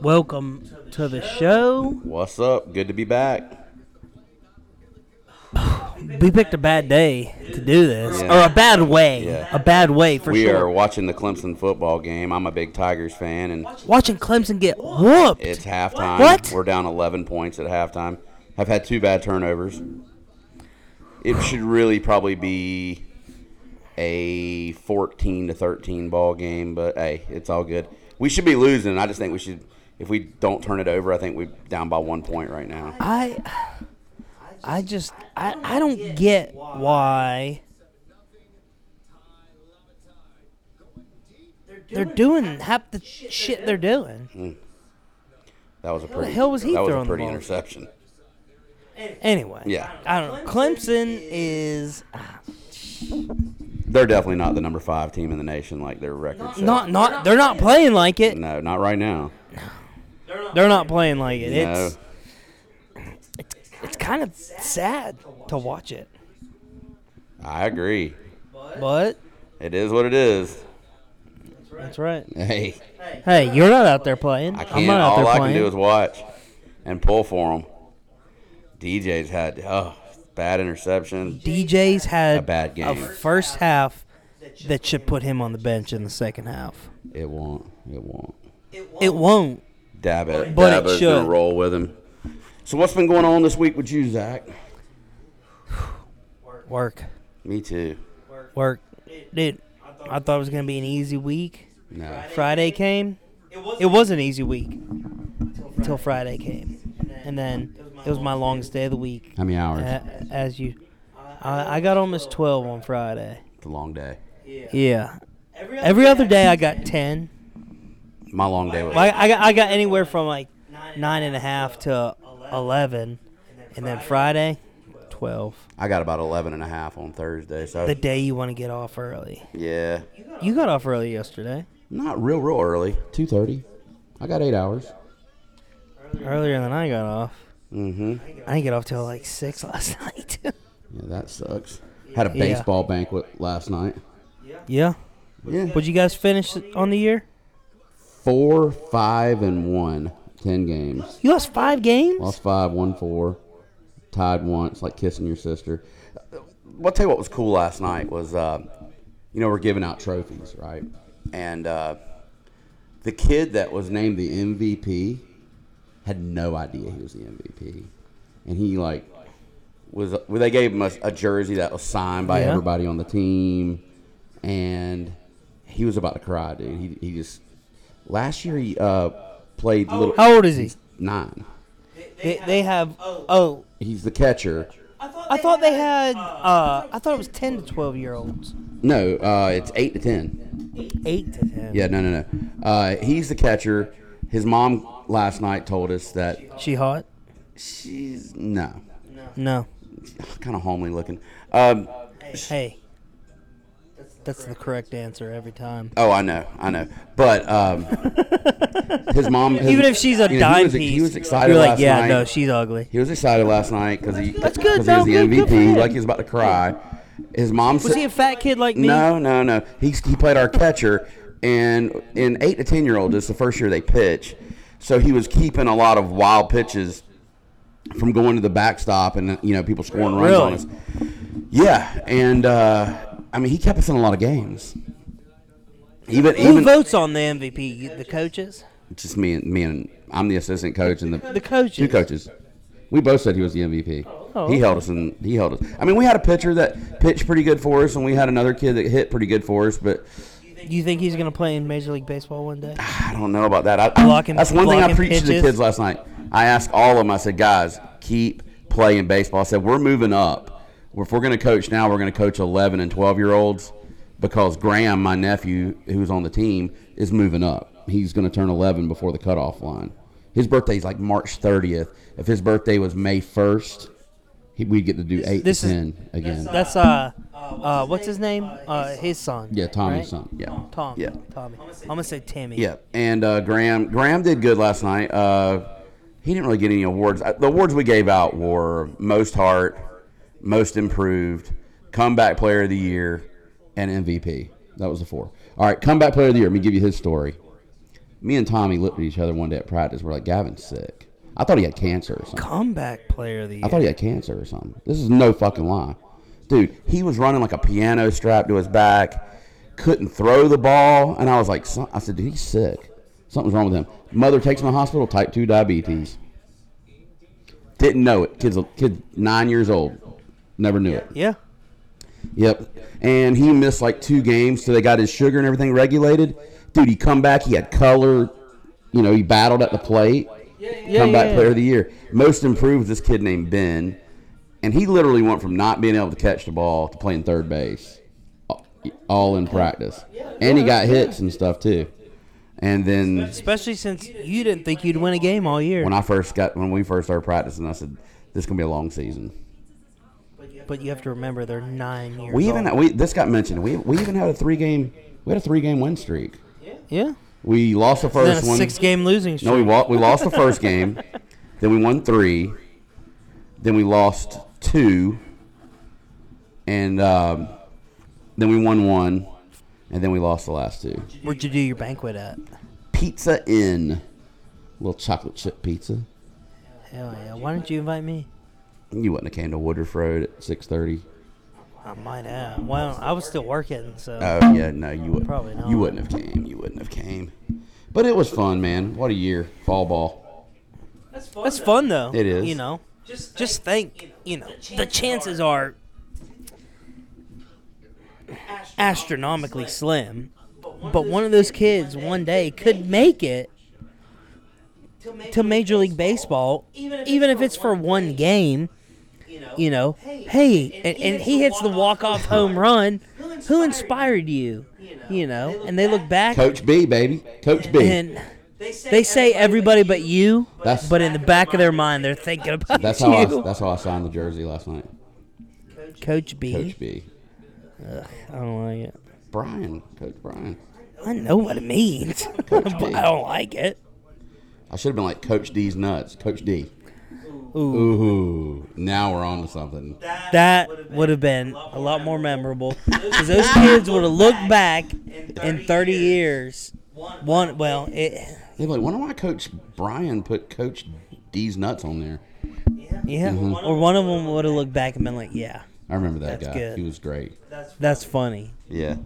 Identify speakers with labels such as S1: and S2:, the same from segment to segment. S1: Welcome to the show.
S2: What's up? Good to be back.
S1: We picked a bad day to do this,
S2: Yeah.
S1: or a bad way,
S2: Yeah.
S1: a bad way for
S2: we are
S1: sure.
S2: watching the Clemson football game. I'm a big Tigers fan, and
S1: Watching Clemson get whooped.
S2: it's halftime.
S1: What?
S2: We're down 11 points at halftime. I've had two bad turnovers. It should really probably be a 14 to 13 ball game, but hey, it's all good. We should be losing. I just think we should. If we don't turn it over, I think we're down by one point right now.
S1: I, I just, I, I don't get why they're doing half the shit they're doing.
S2: That was a pretty.
S1: hell was he
S2: that was a
S1: throwing the
S2: pretty
S1: ball?
S2: interception.
S1: Anyway,
S2: Yeah.
S1: I don't. know. Clemson is
S2: They're definitely not the number five team in the nation, like their record. says.
S1: not, not. They're not playing like it.
S2: No, not right now.
S1: They're not playing like it.
S2: no.
S1: It's. it's kind of sad to watch it.
S2: I agree.
S1: But
S2: It is what it is.
S1: that's right.
S2: Hey,
S1: Hey, you're not out there playing.
S2: I
S1: am
S2: can't.
S1: not out
S2: All
S1: there
S2: I
S1: playing.
S2: can do is watch and pull for them. DJ's had oh, bad interception.
S1: DJ's had
S2: A bad game.
S1: first half that should put him on the bench in the second half.
S2: It won't. It won't.
S1: It won't.
S2: Dab it.
S1: But it
S2: Dab is
S1: should.
S2: gonna roll with him. So what's been going on this week with you, Zach?
S1: Work.
S2: Me too.
S1: Work. Dude, I thought it was going to be an easy week.
S2: No.
S1: Friday came. It was an easy week until Friday came. And then it was my longest day of the week.
S2: How many hours?
S1: A- As you. I, I got almost 12 on Friday.
S2: It's a long day.
S1: Yeah. Every other day I got 10.
S2: My long day was.
S1: Like I got, I got anywhere from like nine and a half to 11. And then Friday, 12.
S2: I got about 11 and a half on Thursday. So
S1: The day you want to get off early.
S2: yeah,
S1: You got off early yesterday.
S2: not real, real early. 2:30. I got eight hours.
S1: Earlier than I got off.
S2: Mm-hmm.
S1: I didn't get off till like 6 last night.
S2: Yeah, that sucks. Had a
S1: Yeah.
S2: baseball banquet last night.
S1: yeah.
S2: Yeah.
S1: Would you guys finish on the year?
S2: Four, five, and one. Ten games.
S1: You lost five games?
S2: Lost five, won four. Tied once, like kissing your sister. I'll tell you what was cool last night was, uh, you know, we're giving out trophies, right? And uh, the kid that was named the MVP had no idea he was the MVP. And he, like, was well, they gave him a, a jersey that was signed by
S1: Yeah.
S2: everybody on the team, and he was about to cry, dude. He, he just last year he uh, played little
S1: Oh. How old is he?
S2: nine.
S1: They, they have. Oh,
S2: He's the catcher.
S1: I thought they had. Uh, I thought it was 10 to 12 year olds.
S2: No, uh, it's eight to ten.
S1: 8 to 10.
S2: Yeah, no, no, no. Uh, he's the catcher. His mom last night told us that
S1: She hot?
S2: she's no,
S1: No.
S2: kind of homely looking. Um,
S1: Hey. That's the correct answer every time.
S2: oh, I know, I know. But um, his mom, his-
S1: Even if she's a
S2: you know,
S1: dime
S2: he was,
S1: piece,
S2: he was excited
S1: you're like,
S2: last
S1: yeah,
S2: night.
S1: no, she's ugly.
S2: He was excited last night because he,
S1: That's good,
S2: 'cause
S1: though.
S2: he was
S1: Good-
S2: the
S1: good for
S2: MVP.
S1: him.
S2: Like he was about to cry. His mom
S1: Was
S2: said,
S1: he a fat kid like me?
S2: "No, no, no. He he played our catcher, and in eight to ten year old, it's the first year they pitch, so he was keeping a lot of wild pitches from going to the backstop, and you know people scoring runs
S1: Really?
S2: on us. Yeah, and uh, I mean he kept us in a lot of games. Even
S1: Who
S2: even
S1: votes on the MVP? The coaches?
S2: just me and me and I'm the assistant coach and the
S1: The coaches.
S2: Two coaches. We both said he was the MVP.
S1: Oh,
S2: he
S1: okay.
S2: held us and he held us. I mean, we had a pitcher that pitched pretty good for us, and we had another kid that hit pretty good for us. But
S1: You think he's gonna play in Major League Baseball one day?
S2: I don't know about that. I, I-
S1: Blocking-
S2: that's one thing I
S1: blocking
S2: preached to the
S1: pitches.
S2: kids last night. I asked all of them. I said, guys, keep playing baseball. I said, we're moving up. If we're going to coach now, we're going to coach 11 and 12 year olds because Graham, my nephew, who's on the team, is moving up. He's going to turn 11 before the cutoff line. His birthday's like March 30th. If his birthday was May 1st, he, we'd get to do 8
S1: this
S2: to
S1: is-
S2: 10 again.
S1: That's uh, uh, what's his name? Uh, his son.
S2: yeah,
S1: right?
S2: Tommy's son. Yeah.
S1: Tom.
S2: Yeah.
S1: Tommy. I'm gonna say Timmy.
S2: Yeah, and uh, Graham Graham did good last night. Uh, he didn't really get any awards. Uh, The awards we gave out were most heart, most improved, comeback player of the year, and MVP. That was the four. All right, comeback player of the year. Let me give you his story. Me and Tommy looked at each other one day at practice. We're like, Gavin's sick. I thought he had cancer or something.
S1: Comeback player of the year.
S2: I thought he had cancer or something. This is no fucking lie. Dude, he was running like a piano strapped to his back, couldn't throw the ball. And I was like, "Son- I said, dude, he's sick. Something's wrong with him. Mother takes him to the hospital, type 2 diabetes. Didn't know it. Kid's, a, kid nine years old. Never knew it.
S1: yeah.
S2: Yep. And he missed like two games, so they got his sugar and everything regulated. Dude, he come back, he had color. You know, he battled at the plate.
S1: Yeah,
S2: comeback
S1: yeah.
S2: player of the year. Most improved was this kid named Ben, and he literally went from not being able to catch the ball to playing third base, all in practice. And he got hits and stuff too. And then
S1: Especially since you didn't think you'd win a game all year,
S2: when I first got when we first started practicing, I said this is gonna be a long season.
S1: but you have to remember they're nine years
S2: We
S1: old.
S2: even we this got mentioned. We we even had a three game we had a three game win streak.
S1: yeah.
S2: We lost the
S1: Then a
S2: first one.
S1: six-game losing
S2: No,
S1: streak.
S2: we wa- we lost the first game. then we won three. Then we lost two. And um, then we won one. And then we lost the last two.
S1: Where'd you do your banquet at?
S2: Pizza Inn. Little chocolate chip pizza.
S1: Hell yeah! Why didn't you invite me?
S2: You wouldn't have came to Woodruff Road at 6.30.
S1: I might have. Well, I was still working, so
S2: Oh, yeah, no, you wouldn't.
S1: Probably not.
S2: You wouldn't have came. You wouldn't have came. But it was fun, man. What a year. Fall ball.
S1: that's fun though.
S2: It is.
S1: You know, just think. You know, the chances are astronomically slim, but one of those kids one day could make it to Major League Baseball, even if it's for one game. You know, hey, and, and he hits the walk off home run. Who inspired you? You know, and they look back
S2: Coach B, baby. Coach B.
S1: and they say everybody but you,
S2: That's-
S1: but in the back of their mind, they're thinking about
S2: that's how I,
S1: you.
S2: that's how I signed the jersey last night.
S1: Coach B.
S2: Coach B.
S1: I don't like it.
S2: Brian, Coach Brian.
S1: I know what it means, but
S2: B.
S1: I don't like it.
S2: I should have been like Coach D's nuts. Coach D.
S1: Ooh,
S2: Ooh, now we're on to something.
S1: that would have been a lot more memorable because those kids would have looked back in 30 years. One, well, it,
S2: They're like, wonder why Coach Brian put Coach D's nuts on there.
S1: yeah,
S2: Mm-hmm.
S1: or one of them would have looked back and been like, yeah,
S2: I remember that
S1: That's
S2: guy.
S1: good.
S2: He was great.
S1: that's funny.
S2: Yeah.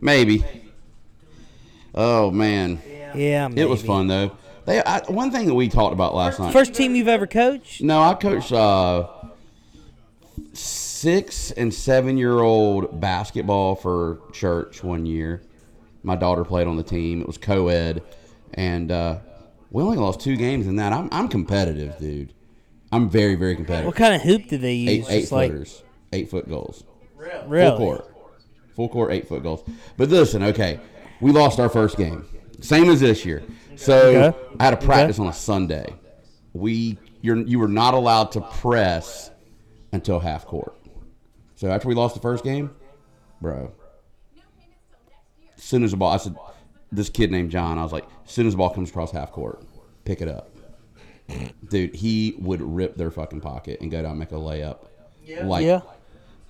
S2: Maybe. Oh man,
S1: Yeah,
S2: it was
S1: maybe.
S2: fun though. They I, one thing that we talked about last night.
S1: First team you've ever coached?
S2: No, I coached uh, six and seven year old basketball for church one year. My daughter played on the team. It was co ed. And uh, we only lost two games in that. I'm, I'm competitive, dude. I'm very, very competitive.
S1: What kind of hoop did they use?
S2: Eight, eight
S1: Just like-
S2: footers, eight foot goals.
S1: Really?
S2: Full court. Full court, eight foot goals. But listen, okay, we lost our first game. Same as this year. So
S1: Okay.
S2: I had a practice on a Sunday. We you're you were not allowed to press until half court. So after we lost the first game, bro. As soon as the ball I said this kid named John, I was like, as soon as the ball comes across half court, pick it up. Dude, he would rip their fucking pocket and go down and make a layup. Like
S1: Yeah.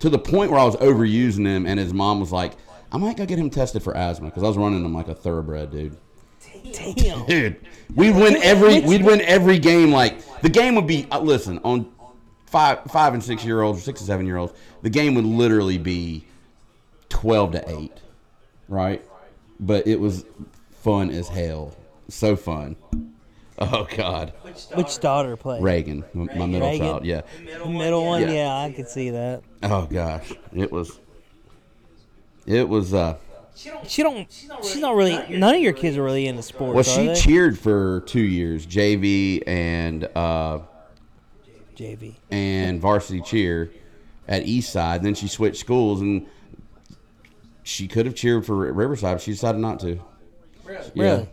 S2: to the point where I was overusing him, and his mom was like, "I might go get him tested for asthma because I was running him like a thoroughbred, dude."
S1: Damn.
S2: Dude, we'd win every we'd win every game. Like the game would be uh, listen on five five and six year olds, six and seven year olds. The game would literally be twelve to eight, right? But it was fun as hell, so fun. Oh God,
S1: Which daughter played?
S2: Reagan, m- my middle
S1: Reagan.
S2: child, yeah.
S1: The middle one,
S2: Yeah.
S1: yeah. I could see that.
S2: Oh gosh, it was, it was. uh
S1: She don't. She's not really. None of your kids are really into sports.
S2: Well,
S1: are
S2: she
S1: they?
S2: cheered for two years, JV and uh,
S1: JV.
S2: and varsity cheer at Eastside. Then she switched schools, and she could have cheered for Riverside. But she decided not to.
S1: Really.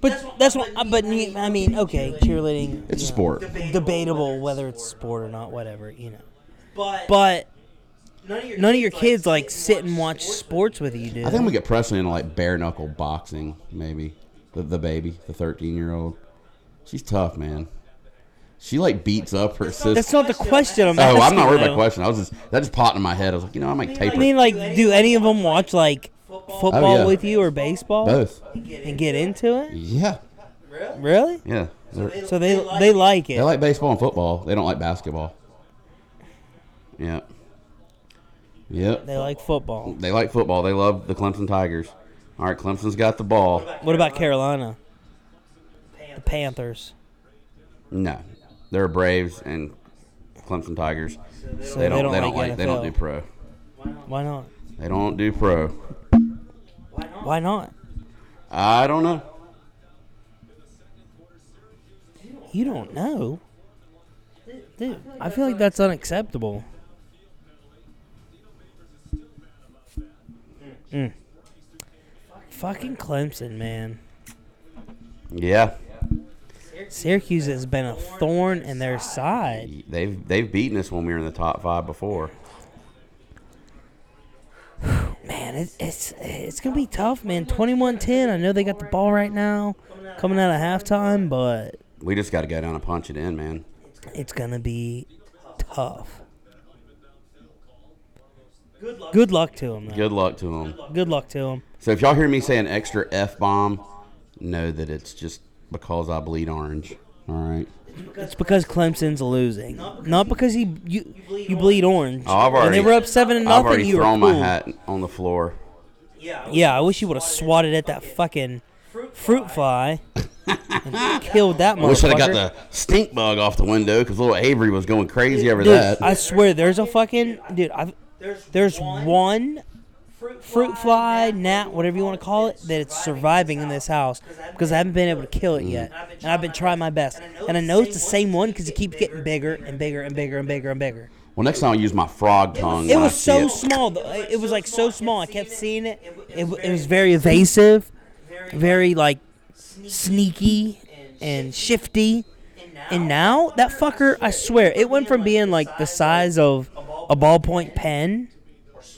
S1: But that's what. uh, But ne- I mean, okay, cheerleading.
S2: It's a
S1: you know,
S2: sport.
S1: Debatable whether it's sport or not. Whatever you know. But none of your kids like sit and watch sports with you, dude.
S2: I think we get Presley into like bare knuckle boxing, maybe the, the baby, the thirteen year old. She's tough, man. She like beats up her sister.
S1: that's not the question. I'm
S2: oh,
S1: asking,
S2: I'm not worried about
S1: though.
S2: the question. I was just that just popped in my head. I was like, you know, I might tape
S1: I
S2: her.
S1: mean, like, do any of them watch like football
S2: Oh, yeah.
S1: with you or baseball
S2: Both.
S1: and get into it?
S2: Yeah.
S1: Really?
S2: Yeah. They're-
S1: So they they like
S2: They
S1: it.
S2: like baseball and football. They don't like basketball. Yeah. Yep.
S1: They like football.
S2: They like football. They love the Clemson Tigers. All right, Clemson's got the ball.
S1: What about Carolina? The Panthers.
S2: No, they're Braves and Clemson Tigers.
S1: So
S2: They don't. They don't like.
S1: NFL.
S2: They don't do pro.
S1: Why not?
S2: They don't do pro.
S1: Why not?
S2: I don't know.
S1: You don't know. Dude, I feel like that's unacceptable. Mm. Fucking Clemson, man.
S2: Yeah,
S1: Syracuse has been a thorn in their side.
S2: they've they've beaten us when we were in the top five before.
S1: Man, it, it's it's gonna be tough, man. 21-10. I know they got the ball right now, coming out of halftime, but
S2: We just got to go down and punch it in, man.
S1: it's gonna be tough. Good luck to them. Though.
S2: Good luck to them.
S1: Good luck to them.
S2: So if y'all hear me say an extra f bomb, know that it's just because I bleed orange. All right.
S1: It's because Clemson's losing, not because he you you bleed orange.
S2: Oh, I've
S1: when
S2: already-
S1: they were up seven to
S2: I've
S1: nothing,
S2: already
S1: you were
S2: thrown
S1: cool.
S2: my hat on the floor.
S1: Yeah, I wish you would have swatted at that fucking fruit fly and killed that motherfucker.
S2: I wish I'd have got the stink bug off the window because little Avery was going crazy over
S1: dude,
S2: that.
S1: I swear, there's a fucking dude. I've, there's one fruit fly, gnat, whatever you want to call it, that it's surviving in this house because I haven't been able to kill it yet, and I've been trying my best. And I know it's the same one because it keeps getting bigger and bigger and bigger and bigger and bigger.
S2: well, next time I'll use my frog tongue.
S1: It
S2: when I
S1: was
S2: see
S1: so
S2: it.
S1: small. Though. It it was like so small. I kept seeing it. It, w- it was very evasive, very like sneaky and shifty. And now that fucker, I swear, it went from being like the size of a ballpoint pen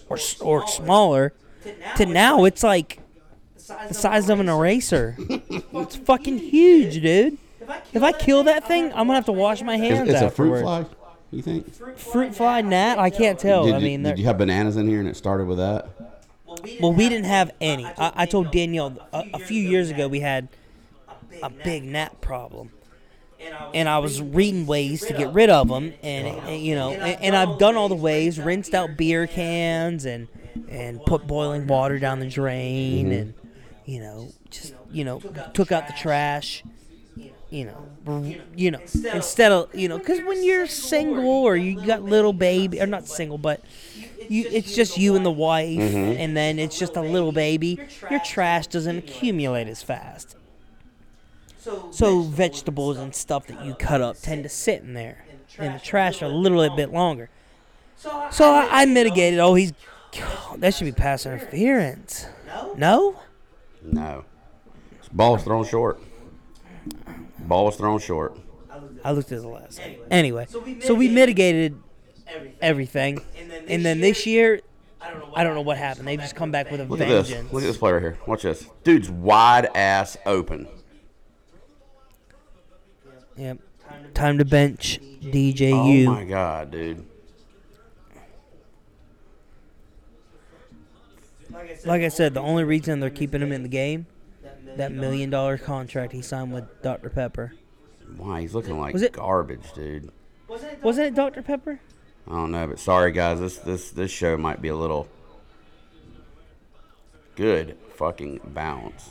S1: or s- or smaller to now it's like the size of an eraser. It's fucking huge, dude. If I kill that thing, I'm gonna have to wash my hands.
S2: It's, it's a fruit
S1: afterwards.
S2: fly. You think?
S1: Fruit fly gnat? I can't tell.
S2: did,
S1: I
S2: you-
S1: mean,
S2: did
S1: they're-
S2: you have bananas in here and it started with that?
S1: Well, we didn't have any. I, I told Danielle a, a few years ago we had a big gnat problem, and I was reading ways to get rid of them, and, and, you know, and, and I've done all the ways, rinsed out beer cans, and and put boiling water down the drain, and you know, just you know, took out the trash. You know, r- you know, instead of you know, because when you're single or you got little baby, or not single, but you, it's just you and the wife,
S2: Mm-hmm.
S1: and then it's just a little baby. Your trash doesn't accumulate as fast. So vegetables and stuff that you cut up tend to sit in there, in the trash a little bit longer. So I, I mitigated. Oh, he's that should be pass interference. No,
S2: No. Ball was thrown short. Ball was thrown short.
S1: I looked at the last. thing. Anyway, so we mitigated everything, and then this year, I don't know what happened. They just come back with a
S2: Look at
S1: vengeance.
S2: this. Look at this play right here. Watch this. Dude's wide ass open.
S1: Yep. Time to bench DJU.
S2: Oh my god, dude.
S1: like I said, the only reason they're keeping him in the game, that million dollar contract he signed with Dr. Pepper.
S2: Why he's looking like
S1: Was it-
S2: garbage, dude.
S1: Wasn't it Dr. Pepper?
S2: I don't know, but sorry guys, this this this show might be a little good fucking bounce.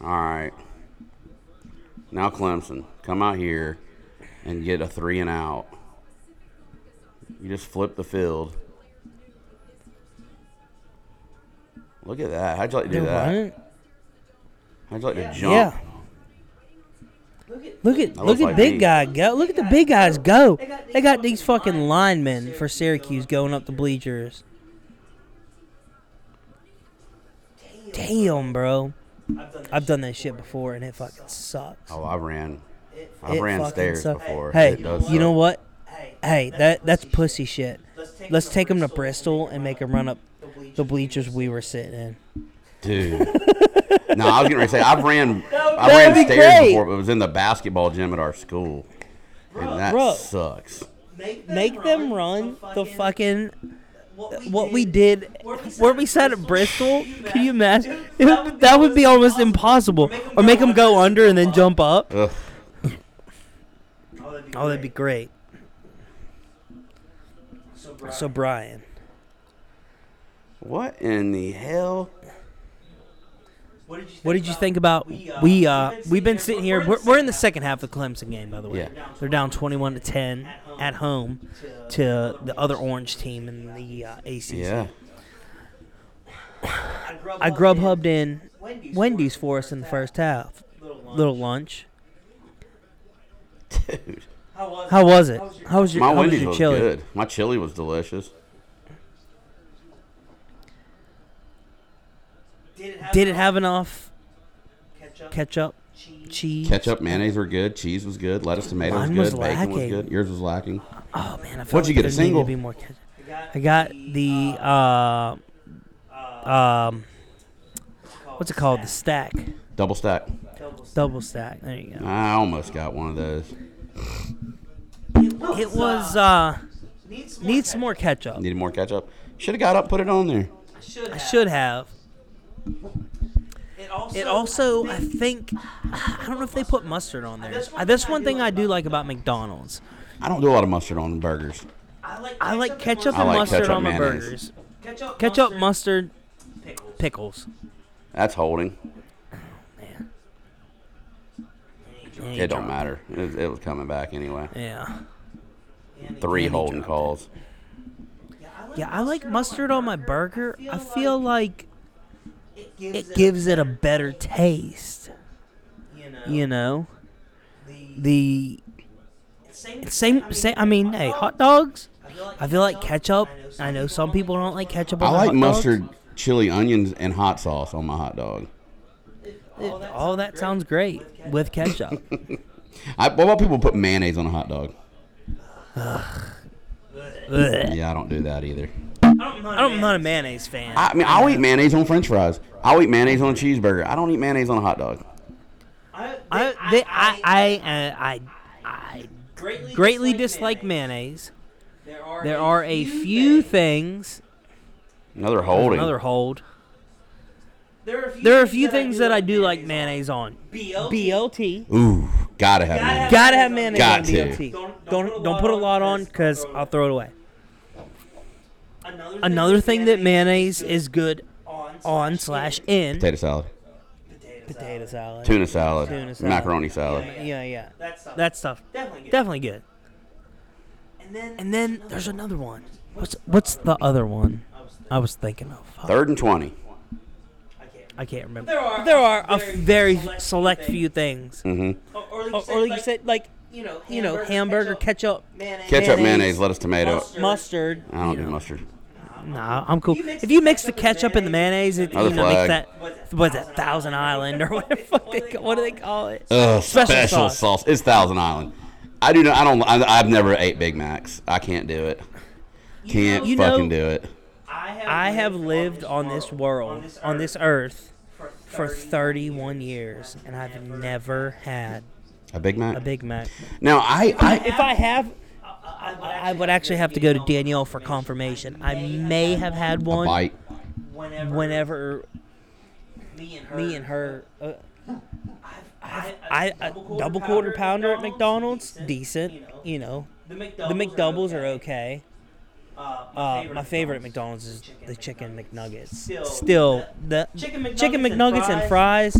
S2: All right. Now Clemson, come out here and get a three and out. You just flip the field. Look at that. How'd you like to do
S1: They're
S2: that?
S1: running.
S2: How'd you like to jump?
S1: Yeah. Look at
S2: looks
S1: look at
S2: like
S1: big
S2: me.
S1: guy go. Look at the big guys go. They got these fucking linemen for Syracuse going up the bleachers. Damn, bro. I've done that shit before and it fucking sucks.
S2: Oh, I ran. I
S1: It
S2: ran
S1: fucking
S2: stairs
S1: sucks.
S2: before.
S1: Hey,
S2: It does
S1: you know
S2: suck.
S1: what? Hey, that that's pussy shit. Let's take them to Bristol and make them run up the bleachers we were sitting in.
S2: Dude. no, I was getting ready to say I've ran I
S1: That'd
S2: ran
S1: be
S2: stairs
S1: great.
S2: before, but it was in the basketball gym at our school. and that
S1: Bro.
S2: sucks.
S1: Make them run the fucking what we did where we sat at Bristol, can you imagine? It would- that would be almost impossible. Or make them go under and then jump up.
S2: Ugh.
S1: Oh, that'd be great. So Brian,
S2: What in the hell?
S1: what did you think about we? Uh, we've been sitting here. We're, we're in the second half of the Clemson game, by the way.
S2: Yeah.
S1: They're down twenty-one to ten at home to the other orange team in the uh, ACC.
S2: Yeah.
S1: I grub hubbed in Wendy's for us in the first half. Little lunch.
S2: Dude.
S1: How was it? How was your,
S2: My
S1: how was
S2: Wendy's
S1: your
S2: was
S1: chili?
S2: good. My chili was delicious.
S1: Did it have enough ketchup, cheese?
S2: Ketchup, mayonnaise were good. Cheese was good. Lettuce, tomato was
S1: Mine
S2: good.
S1: was
S2: Bacon was
S1: lacking.
S2: good. Yours was lacking.
S1: Oh man, I felt
S2: What'd you
S1: like
S2: get, a
S1: there needed
S2: single?
S1: To be more ketchup. I got the uh, um, what's it called? The stack,
S2: Double stack.
S1: double stack. There you go.
S2: I almost got one of those.
S1: It was uh, needs some more ketchup.
S2: Needed more ketchup. Should have got up, put it on there.
S1: I should have. It also, I think, I don't know if they put mustard on there. That's one thing I do like about McDonald's.
S2: I don't do a lot of mustard on burgers.
S1: I like ketchup
S2: I
S1: and
S2: like
S1: mustard
S2: ketchup
S1: on my
S2: mayonnaise.
S1: burgers. Ketchup, mustard, pickles.
S2: That's holding.
S1: Man.
S2: It don't matter. It, it was coming back anyway.
S1: Yeah.
S2: Three
S1: Andy
S2: holding
S1: dropped
S2: calls.
S1: Yeah, I like mustard on my burger. I feel like it gives it a better taste. You know, the same same. I mean, hey, hot dogs. I feel like ketchup. I know some people don't like ketchup. On
S2: I
S1: their
S2: like
S1: hot dogs.
S2: mustard, chili, onions, and hot sauce on my hot dog.
S1: It- all that sounds great with ketchup.
S2: I, what about people put mayonnaise on a hot dog?
S1: Ugh.
S2: Yeah, I don't do that either.
S1: I don't, I'm not a mayonnaise fan.
S2: I mean, I'll eat mayonnaise on French fries. I'll eat mayonnaise on a cheeseburger. I don't eat mayonnaise on a hot dog.
S1: I they, I uh, I, I, I, I greatly dislike mayonnaise. There are a few things.
S2: Another holding.
S1: Another hold.
S3: There are a few,
S1: There are a few things that I do like mayonnaise on.
S3: BL.
S1: BLT.
S2: Ooh, gotta have mayonnaise.
S1: Gotta have mayonnaise
S2: Got
S1: on
S2: to.
S1: BLT.
S3: Don't- don't
S1: Don't don't put a lot on because I'll throw it away.
S3: Another,
S1: Another thing that mayonnaise is good
S3: on,
S1: on slash in
S2: Potato salad,
S1: potato salad.
S2: tuna salad,
S1: Tuna salad.
S2: macaroni salad.
S1: Yeah, yeah.
S3: that stuff.
S1: That stuff
S3: definitely good.
S1: definitely good.
S3: and then
S1: And then there's another one. What's what's the other one? I was thinking of. Fuck.
S2: Third and twenty.
S3: I can't.
S1: I can't remember.
S3: There are
S1: There are a
S3: very
S1: very select few things.
S2: hmm
S3: Or, or
S1: Or, Oh, or
S3: like you said,
S1: like you
S3: like,
S1: said, like
S3: you know, hamburger,
S1: you know, hamburger, ketchup,
S3: mayonnaise.
S2: Ketchup,
S1: Mayonnaise.
S2: mayonnaise, lettuce, tomato.
S1: mustard.
S2: I don't do mustard.
S1: Nah, I'm cool.
S3: You mix
S1: If you mix the
S3: the ketchup
S1: ketchup and the mayonnaise, it you know
S2: Another
S1: makes
S2: flag.
S1: that what's that Thousand Island or whatever fuck they ca- what do they call it?
S2: Ugh,
S1: Special
S2: special,
S1: sauce.
S2: sauce. It's Thousand Island. I do not. I don't. I, I've never ate Big Macs. I can't do it. Can't
S1: You know-
S2: fucking do it.
S3: I have,
S1: I have lived on this world, on this earth, for 31 years, and I've never had
S2: A Big Mac.
S1: a Big Mac.
S2: now I. I
S1: If I have, I would actually have to go to Danielle for confirmation. I may have had
S2: a
S1: one
S2: bite.
S3: whenever,
S1: whenever
S3: me and her,
S1: me and her. Uh,
S3: I,
S1: I a double quarter pounder at McDonald's, decent. You know,
S3: the
S1: the
S3: McDoubles,
S1: McDoubles are
S3: okay.
S1: okay.
S3: Uh,
S1: Uh, my favorite McDonald's is the chicken McNuggets.
S3: Still,
S1: Still, the
S3: Chicken McNuggets
S1: chicken
S3: and
S1: McNuggets and fries.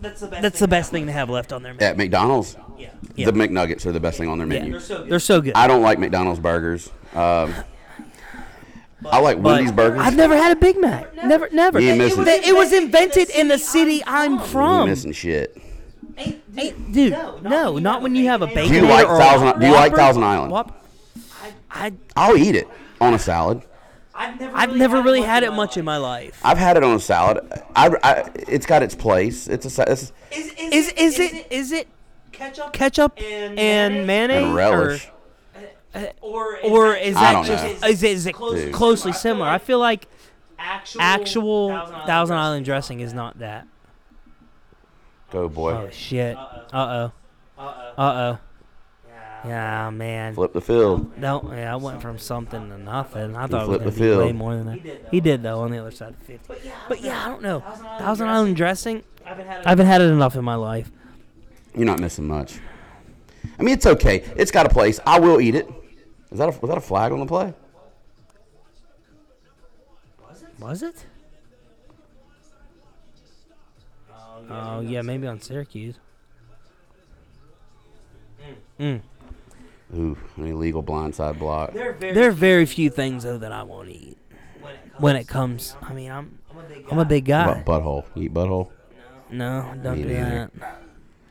S3: That's the best.
S1: That's the best thing to have left on their menu.
S2: At McDonald's,
S3: Yeah.
S1: Yeah.
S2: the McNuggets are the best thing on their
S1: Yeah.
S2: menu.
S3: They're so good.
S1: They're so good.
S2: I don't like McDonald's burgers. Um, I like
S1: But
S2: Wendy's burgers.
S1: I've never had a Big Mac. Never, never.
S2: You ain't
S1: It
S2: missing
S1: was- It was invented in the city I'm
S2: you
S1: from.
S2: missing shit.
S3: Ain't-
S1: Hey,
S3: dude,
S1: Dude,
S3: no, not
S1: no,
S3: when you
S1: not
S3: have
S1: when
S3: a
S1: you have a
S3: Bacon
S1: bacon.
S2: Do you like
S1: or a
S2: Thousand- do you like
S1: Whopper.
S2: Thousand Island?
S1: Whop- I,
S2: I'll eat it on a salad.
S3: I've never.
S1: I've
S3: really
S1: never really
S3: much
S1: had
S3: in
S1: it
S3: my
S1: much in
S3: life.
S1: my life.
S2: I've had it on a salad. I, I, it's got its place. It's a sa- it's,
S3: Is
S1: Is is it is it
S3: ketchup?
S1: ketchup
S3: And
S1: and mayonnaise
S2: and relish.
S1: or-
S3: Or is
S1: or
S3: that
S1: is
S3: just
S2: I
S1: that
S2: don't
S1: just
S3: know.
S1: is it, is it
S3: Dude.
S1: closely similar? I feel like
S3: actual
S1: actual
S3: Thousand
S1: Thousand
S3: Island
S1: Island dressing is not that.
S2: Go boy.
S1: Oh shit. Uh oh.
S3: Uh oh.
S1: Uh oh.
S3: Yeah.
S1: Yeah, man.
S2: Flip the field.
S1: No, yeah, I went from something to nothing. I thought it was
S2: flipped
S1: gonna
S2: the
S1: be way
S2: field.
S1: more than that. He did though on the other side of the field. But yeah, I don't know. Thousand Island dressing,
S3: I haven't had
S1: I haven't had it enough in my life.
S2: You're not missing much. I mean, it's okay. It's got a place. I will eat it. Is that a, was that a flag on the play?
S1: Was it? Oh yeah, maybe on Syracuse. Mm.
S2: Ooh, an illegal blindside block.
S3: They're very.
S1: There are very few things though that I won't eat
S3: when it comes,
S1: when it comes. I mean, I'm
S3: I'm a big
S1: I'm a
S3: guy.
S1: big
S2: What
S1: guy.
S2: about butthole? You eat butthole?
S1: No, don't
S2: Me
S1: do
S2: neither.
S1: that.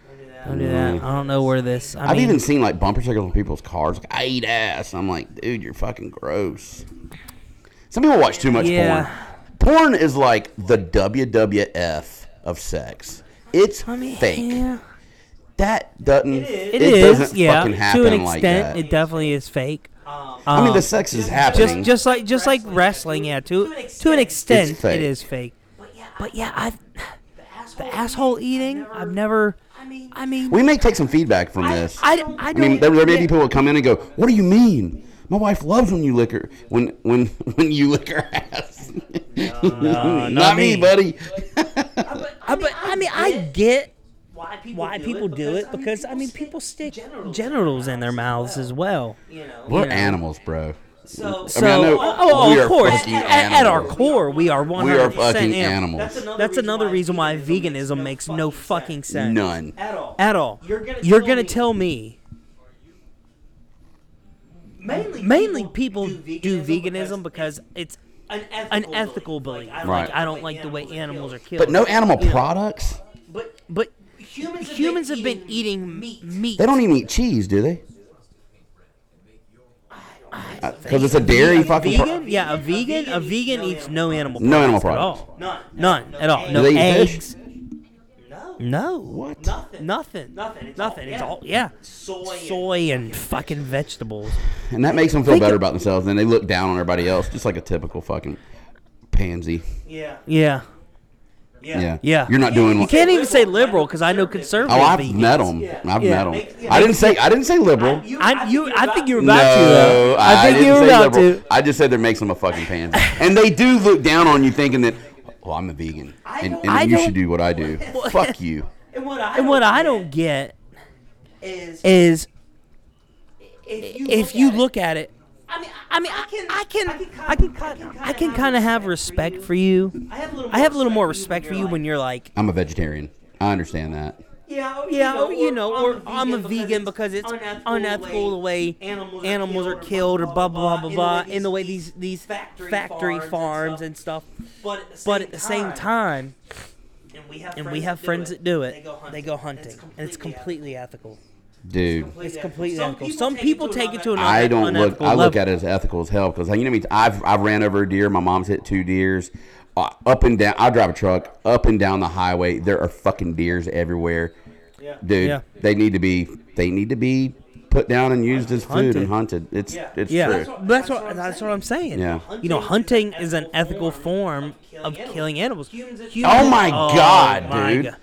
S3: Don't do that.
S1: Don't do that. I don't know where this. I
S2: I've
S1: mean,
S2: even seen like bumper stickers on people's cars. Like, I eat ass. I'm like, dude, you're fucking gross. Some people watch too much
S1: Yeah.
S2: porn. Porn is like the WWF of sex. It's
S1: I mean,
S2: fake.
S1: yeah.
S2: That doesn't. It,
S3: is.
S1: It is,
S2: doesn't
S1: yeah.
S2: fucking
S1: to
S2: happen
S1: an extent,
S2: like that.
S1: it definitely is fake.
S3: Um,
S2: I mean,
S1: Um,
S2: the sex is happening.
S1: just just like just like wrestling, yeah. To
S3: an
S1: to an extent,
S2: It's fake.
S1: it is fake.
S3: but yeah,
S1: But yeah, I've
S3: the asshole.
S1: the asshole eating. I've never.
S3: I mean,
S1: I mean,
S2: we may take some feedback from this.
S1: I, I
S2: I mean,
S1: don't.
S2: there, there may be people that come in and go, "What do you mean? My wife loves when you lick her when when when you lick her ass."
S1: not
S2: not me,
S1: me.
S2: buddy.
S3: but,
S1: I, but I mean, I get
S3: why people
S1: why
S3: do
S1: people
S3: it
S1: do it because I mean, people stick genitals in their mouths as well.
S3: You know.
S2: We're
S1: know.
S2: animals, bro.
S3: So,
S2: I mean, I
S1: So,
S2: know
S1: oh, oh,
S2: we
S1: of
S2: are
S1: course,
S2: fucking
S1: at, at our
S2: animals.
S1: core, we are one
S2: We are
S1: hundred percent
S2: fucking
S1: animals.
S2: animals.
S3: that's another.
S1: That's another reason why veganism
S3: makes
S1: makes no fucking sense.
S2: None.
S3: At all.
S1: at all.
S3: You're gonna
S1: You're
S3: tell
S1: gonna
S3: me-
S1: tell me
S3: Mainly,
S1: mainly people do
S3: because
S1: veganism because it's an ethical belief.
S3: Like, I don't
S2: Right.
S1: Like I don't like the way animals are killed.
S2: But no animal
S1: Yeah.
S2: products.
S3: But
S1: But
S3: humans have,
S1: humans
S3: been,
S1: have been
S3: eating,
S1: eating meat.
S2: They don't even eat cheese, do they? Because it's a dairy fucking. pro-
S1: vegan? Yeah, a vegan. A vegan eats no animal.
S2: No animal
S1: At all.
S2: products.
S3: none,
S1: None at all.
S3: eggs,
S1: No
S2: Do they eat fish?
S1: eggs.
S3: no,
S1: No.
S2: What?
S3: nothing,
S1: Nothing.
S3: Nothing. It's
S1: Nothing.
S3: all-
S1: It's
S3: yeah.
S1: all yeah.
S3: soy, and-
S1: Soy and fucking vegetables.
S2: And that makes them feel
S1: Think
S2: better
S1: of-
S2: about themselves. Then they look down on everybody else, just like a typical fucking pansy.
S3: Yeah,
S1: Yeah.
S3: yeah,
S2: Yeah.
S1: Yeah.
S2: You're not doing.
S1: You
S2: what-
S1: can't even say liberal because I know conservative.
S2: Oh, I've
S1: vegans.
S2: met them.
S3: Yeah.
S2: I've
S1: Yeah.
S2: met
S3: Make-
S2: them.
S3: yeah.
S2: I didn't say I didn't say liberal.
S3: You-
S1: I, you, I think you were
S2: no,
S1: about to. Though. I think
S2: didn't
S1: you were
S2: say
S1: about
S2: liberal.
S1: to.
S2: I just said that makes them a fucking pansy, and they do look down on you, thinking that, oh, I'm a vegan, and,
S3: don't-
S2: and
S1: I
S2: you
S1: don't-
S2: should do what I do. Fuck you.
S3: And what I
S1: And what I
S3: get
S1: don't get
S3: is
S1: is
S3: if you
S1: if
S3: look
S1: you
S3: at it-
S1: look at it,
S3: I mean,
S1: I mean, I can, I can, I can,
S3: kinda
S1: I can kind of have respect for you.
S3: I have a little.
S1: I have a little more respect for you when
S3: like,
S1: you're like,
S2: I'm a vegetarian. I understand that.
S3: yeah, oh,
S1: yeah, oh, you know, or I'm a vegan because it's
S3: unethical,
S1: unethical the way
S3: animals are
S1: animals are
S3: killed
S1: killed
S3: or
S1: or blah blah blah blah, blah, in the way these these
S3: factory
S1: factory
S3: farms and
S1: farms
S3: stuff.
S1: and stuff.
S3: But at the same,
S1: But at the same time,
S3: and we have
S1: and
S3: friends
S1: we have
S3: that
S1: friends
S3: do
S1: that do it. They
S3: hunting.
S1: go
S3: And
S1: hunting, and it's completely ethical.
S2: Dude,
S1: It's completely ethical. Some people take it to
S3: another-
S1: another.
S2: I don't look.
S1: unethical
S2: I look
S1: level.
S2: at it as ethical as hell because you know what I mean. I've I've ran over a deer. My mom's hit two deers. Uh, up and down. I drive a truck up and down the highway. There are fucking deers everywhere,
S3: Yeah.
S2: dude.
S1: Yeah.
S2: They need to be. They need to be put down and used as food
S1: Hunted.
S2: and hunted. It's
S3: Yeah.
S2: it's
S1: Yeah,
S2: true.
S1: that's what, that's, what, I'm saying.
S2: Yeah.
S1: You know, hunting is an ethical form of killing animals.
S3: Humans-
S2: Oh my God, dude.
S1: God.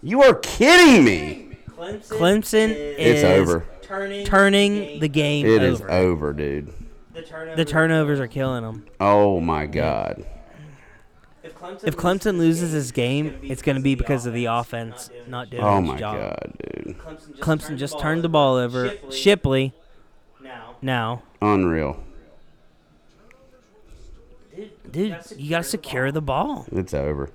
S2: You are kidding me.
S3: Clemson,
S1: Clemson
S2: It's
S1: is
S2: over.
S3: turning,
S1: Turning the game
S2: It is
S1: over.
S2: over. dude.
S3: The turnover.
S1: The turnovers are killing them.
S2: Oh my god.
S3: If Clemson,
S1: If Clemson loses this game, it's going to be because of the offense not doing
S2: Oh
S1: its
S2: my
S1: job.
S2: god, dude.
S3: Clemson just,
S1: Clemson
S3: turned,
S1: just
S3: the
S1: turned the ball over.
S3: Shipley.
S1: Shipley,
S3: now.
S1: now,
S2: Unreal.
S3: Dude,
S1: dude, you got to secure the ball.
S2: It's over.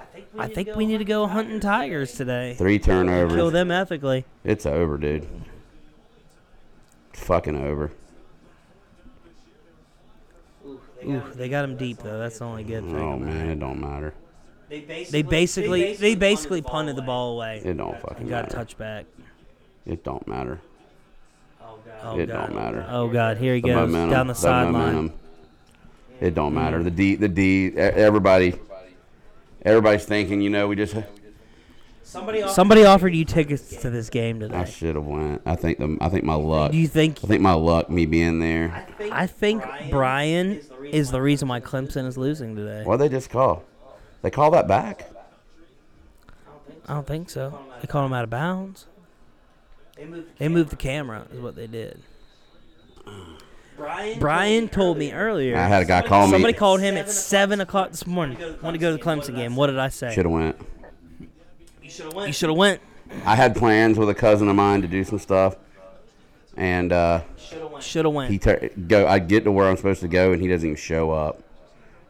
S3: I think we
S1: I
S3: need
S1: think
S3: to
S1: we need to go
S3: hunt
S1: hunting tigers today.
S2: Three
S1: Kill
S2: turnovers.
S1: them ethically.
S2: It's over, dude. Fucking over.
S3: Ooh, they
S1: Ooh,
S3: got-
S1: they got them deep though. That's the only good thing.
S2: Oh man, it don't matter.
S3: They
S1: They
S3: basically,
S1: basically they basically punted the ball away
S2: It don't fucking
S1: and got a
S2: matter.
S1: touchback.
S2: It don't matter.
S3: away. Oh,
S1: Oh
S3: God.
S2: It
S1: god.
S2: don't matter.
S1: Oh god, here he
S2: The
S1: goes
S2: momentum.
S1: down the sideline. Mm.
S2: momentum. It don't matter. The D, the D. e- Everybody, everybody's thinking. You know, we just.
S3: Somebody off
S1: Somebody offered you tickets to this game today.
S2: I should have went. I think the. I think my luck.
S1: Do you think
S2: I think my luck. Me being there.
S3: think,
S1: I think Brian is the
S3: why-
S1: reason why Clemson is losing today.
S2: What they just call? They call that back?
S1: I
S3: I don't think so.
S1: don't think so. They called him out of bounds.
S3: They moved.
S1: They moved the camera, is what they did.
S3: Brian.
S1: Brian told me earlier.
S2: I had a guy call
S1: somebody
S2: me.
S1: called him at seven o'clock this morning. Want to go to the Clemson game? What did I say?
S2: Should have went.
S3: You should have went.
S1: You should have went.
S2: I had plans with a cousin of mine to do some stuff, and uh,
S3: Should have went.
S1: Should have
S2: he
S1: went.
S2: tur go. I get to where I'm supposed to go, and he doesn't even show up.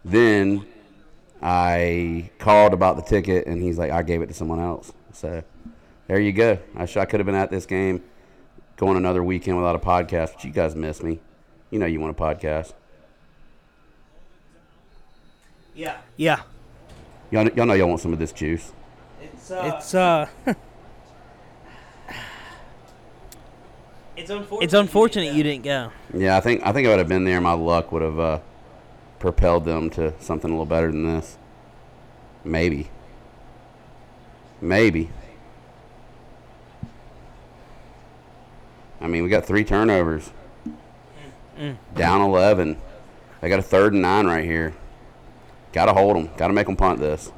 S2: Then I called about the ticket, and he's like, "I gave it to someone else." So there you go. I, sh- I could have been at this game, going another weekend without a podcast, but you guys miss me. You know you want a podcast.
S3: Yeah.
S1: Yeah.
S2: Y'all, y'all know y'all want some of this juice.
S3: It's uh. It's,
S1: It's uh.
S3: unfortunate.
S1: It's unfortunate you
S3: did
S1: didn't go.
S2: Yeah, I think I think I would have been there. My luck would have uh, propelled them to something a little better than this. Maybe. Maybe. I mean, we got three turnovers. Down eleven. They got a third and nine right here. Got to hold them. Got to make them punt this.
S3: that.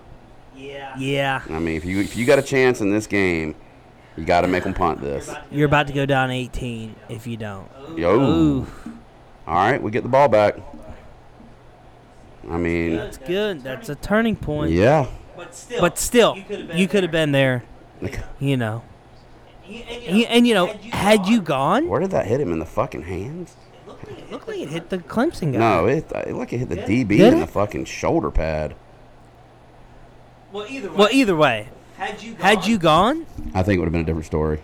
S3: Yeah.
S1: Yeah.
S2: I mean, if you if you got a chance in this game, you got to make them punt this.
S1: You're about to go down 18 if you don't.
S2: Yo.
S1: Ooh,
S2: All right, we get the ball back. I mean.
S1: that's good. That's a turning point.
S2: Yeah.
S3: But still.
S1: But still,
S3: you could have been.
S1: you could have
S3: there.
S1: been there.
S2: Like,
S1: You know.
S3: He- And,
S1: And you- and you know, had you
S3: gone-
S1: gone,
S2: where did that hit him in the fucking hands?
S3: It looked like it
S1: looked
S3: hit
S1: like it hit the Clemson guy.
S2: No, it, uh, it like it hit the
S3: Did it?
S2: DB
S1: Did
S2: in
S1: it?
S2: the fucking shoulder pad.
S3: the- Well, either way.
S1: Well, either way,
S3: Had you. Gone,
S1: had you gone,
S2: I think it would have been a different story.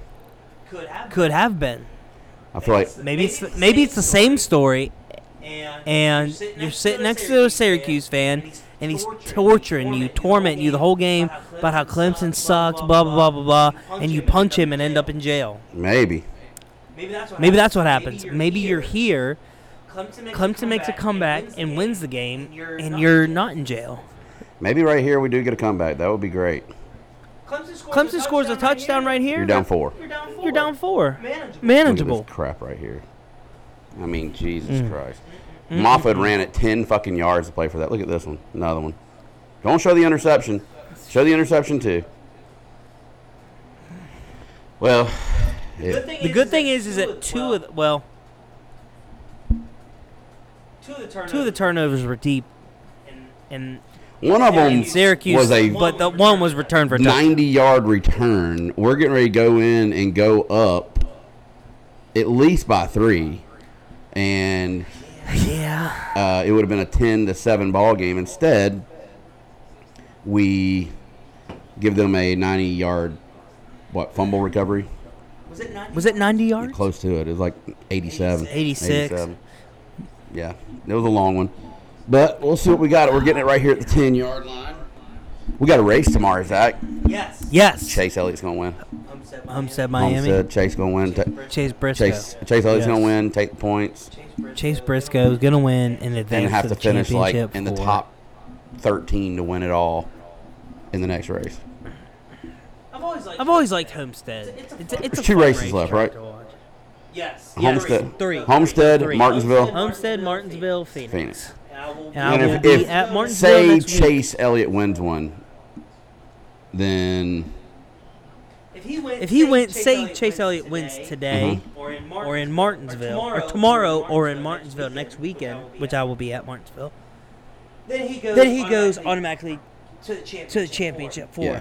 S3: Could have.
S1: could have been.
S2: I feel like
S1: Maybe it's the- maybe it's the same story,
S3: And,
S1: and you're sitting next to a Syracuse fan, and he's torturing you, tormenting you the whole game about how Clemson sucks, blah blah blah blah blah, and you punch him and end up in jail.
S2: maybe.
S3: Maybe that's what.
S1: Maybe that's what happens. Maybe you're here.
S3: Clemson makes,
S1: Clemson makes a comeback and wins the game, and you're not in jail.
S2: Maybe right here we do get a comeback. That would be great.
S3: Clemson scores,
S1: Clemson scores a touchdown right here.
S2: You're down four.
S3: You're down four.
S1: You're down four.
S3: Manageable.
S2: Look at
S1: Manageable.
S2: this crap right here. I mean, Jesus
S1: Mm.
S2: Christ. Moffitt ran it 10 fucking yards to play for that. Look at this one. Another one. Don't show the interception. Show the interception, too. Well, it-
S1: The good thing is, is that two of the, well,
S3: two of the turnovers.
S1: two of the turnovers were deep,
S3: and
S1: and
S2: one of them
S1: Syracuse,
S2: was a
S1: but the one was returned for a touchdown.
S2: 90 yard return. We're getting ready to go in and go up at least by three. And
S1: Yeah,
S2: uh, it would have been a 10 to 7 ball game. Instead, we give them a 90 yard what fumble recovery?
S3: was it nine?
S1: was it 90 yards?
S2: Close to it. It was like 87.
S1: 86.
S2: Yeah, it was a long one. But we'll see what we got. We're getting it right here at the 10 yard line. We got a race tomorrow, Zach.
S3: Yes.
S1: Yes.
S2: Chase Elliott's going to win.
S3: I'm set.
S1: Um, said
S2: Mom
S1: Miami.
S2: said Chase gonna win. Ta-
S1: Chase Briscoe.
S2: Chase Chase Elliott's
S1: Yes.
S2: gonna win. Take the points
S1: Chase Briscoe is gonna win and advance
S2: and have
S1: to
S2: to
S1: the
S2: finish like
S1: championship
S2: in the
S1: for-
S2: top thirteen to win it all in the next race.
S3: I've always liked.
S1: I've always liked Homestead.
S3: It's
S1: It's
S3: a-
S1: a,
S3: it's
S1: it's
S3: a
S1: a
S2: There's two
S1: fun
S2: race's
S1: race
S2: left,
S1: track
S2: right?
S1: to watch.
S3: Yes.
S2: Homestead,
S1: three.
S2: Homestead,
S1: Three.
S2: Martinsville,
S1: Homestead, Martinsville, Phoenix.
S2: Phoenix.
S1: And I
S2: And
S1: will
S2: if-
S1: be
S2: if-
S1: at Martinsville
S2: Say
S1: next week.
S2: Chase Elliott wins one, then
S3: If he went,
S1: If he went, say Chase Elliott wins today,
S3: or in
S2: Mm-hmm.
S3: Martinsville,
S1: or in Martinsville, or tomorrow, or in Martinsville next weekend, which I will be at Martinsville,
S3: then he goes,
S1: then he goes automatically
S3: to the championship.
S1: to the championship four.
S2: yeah.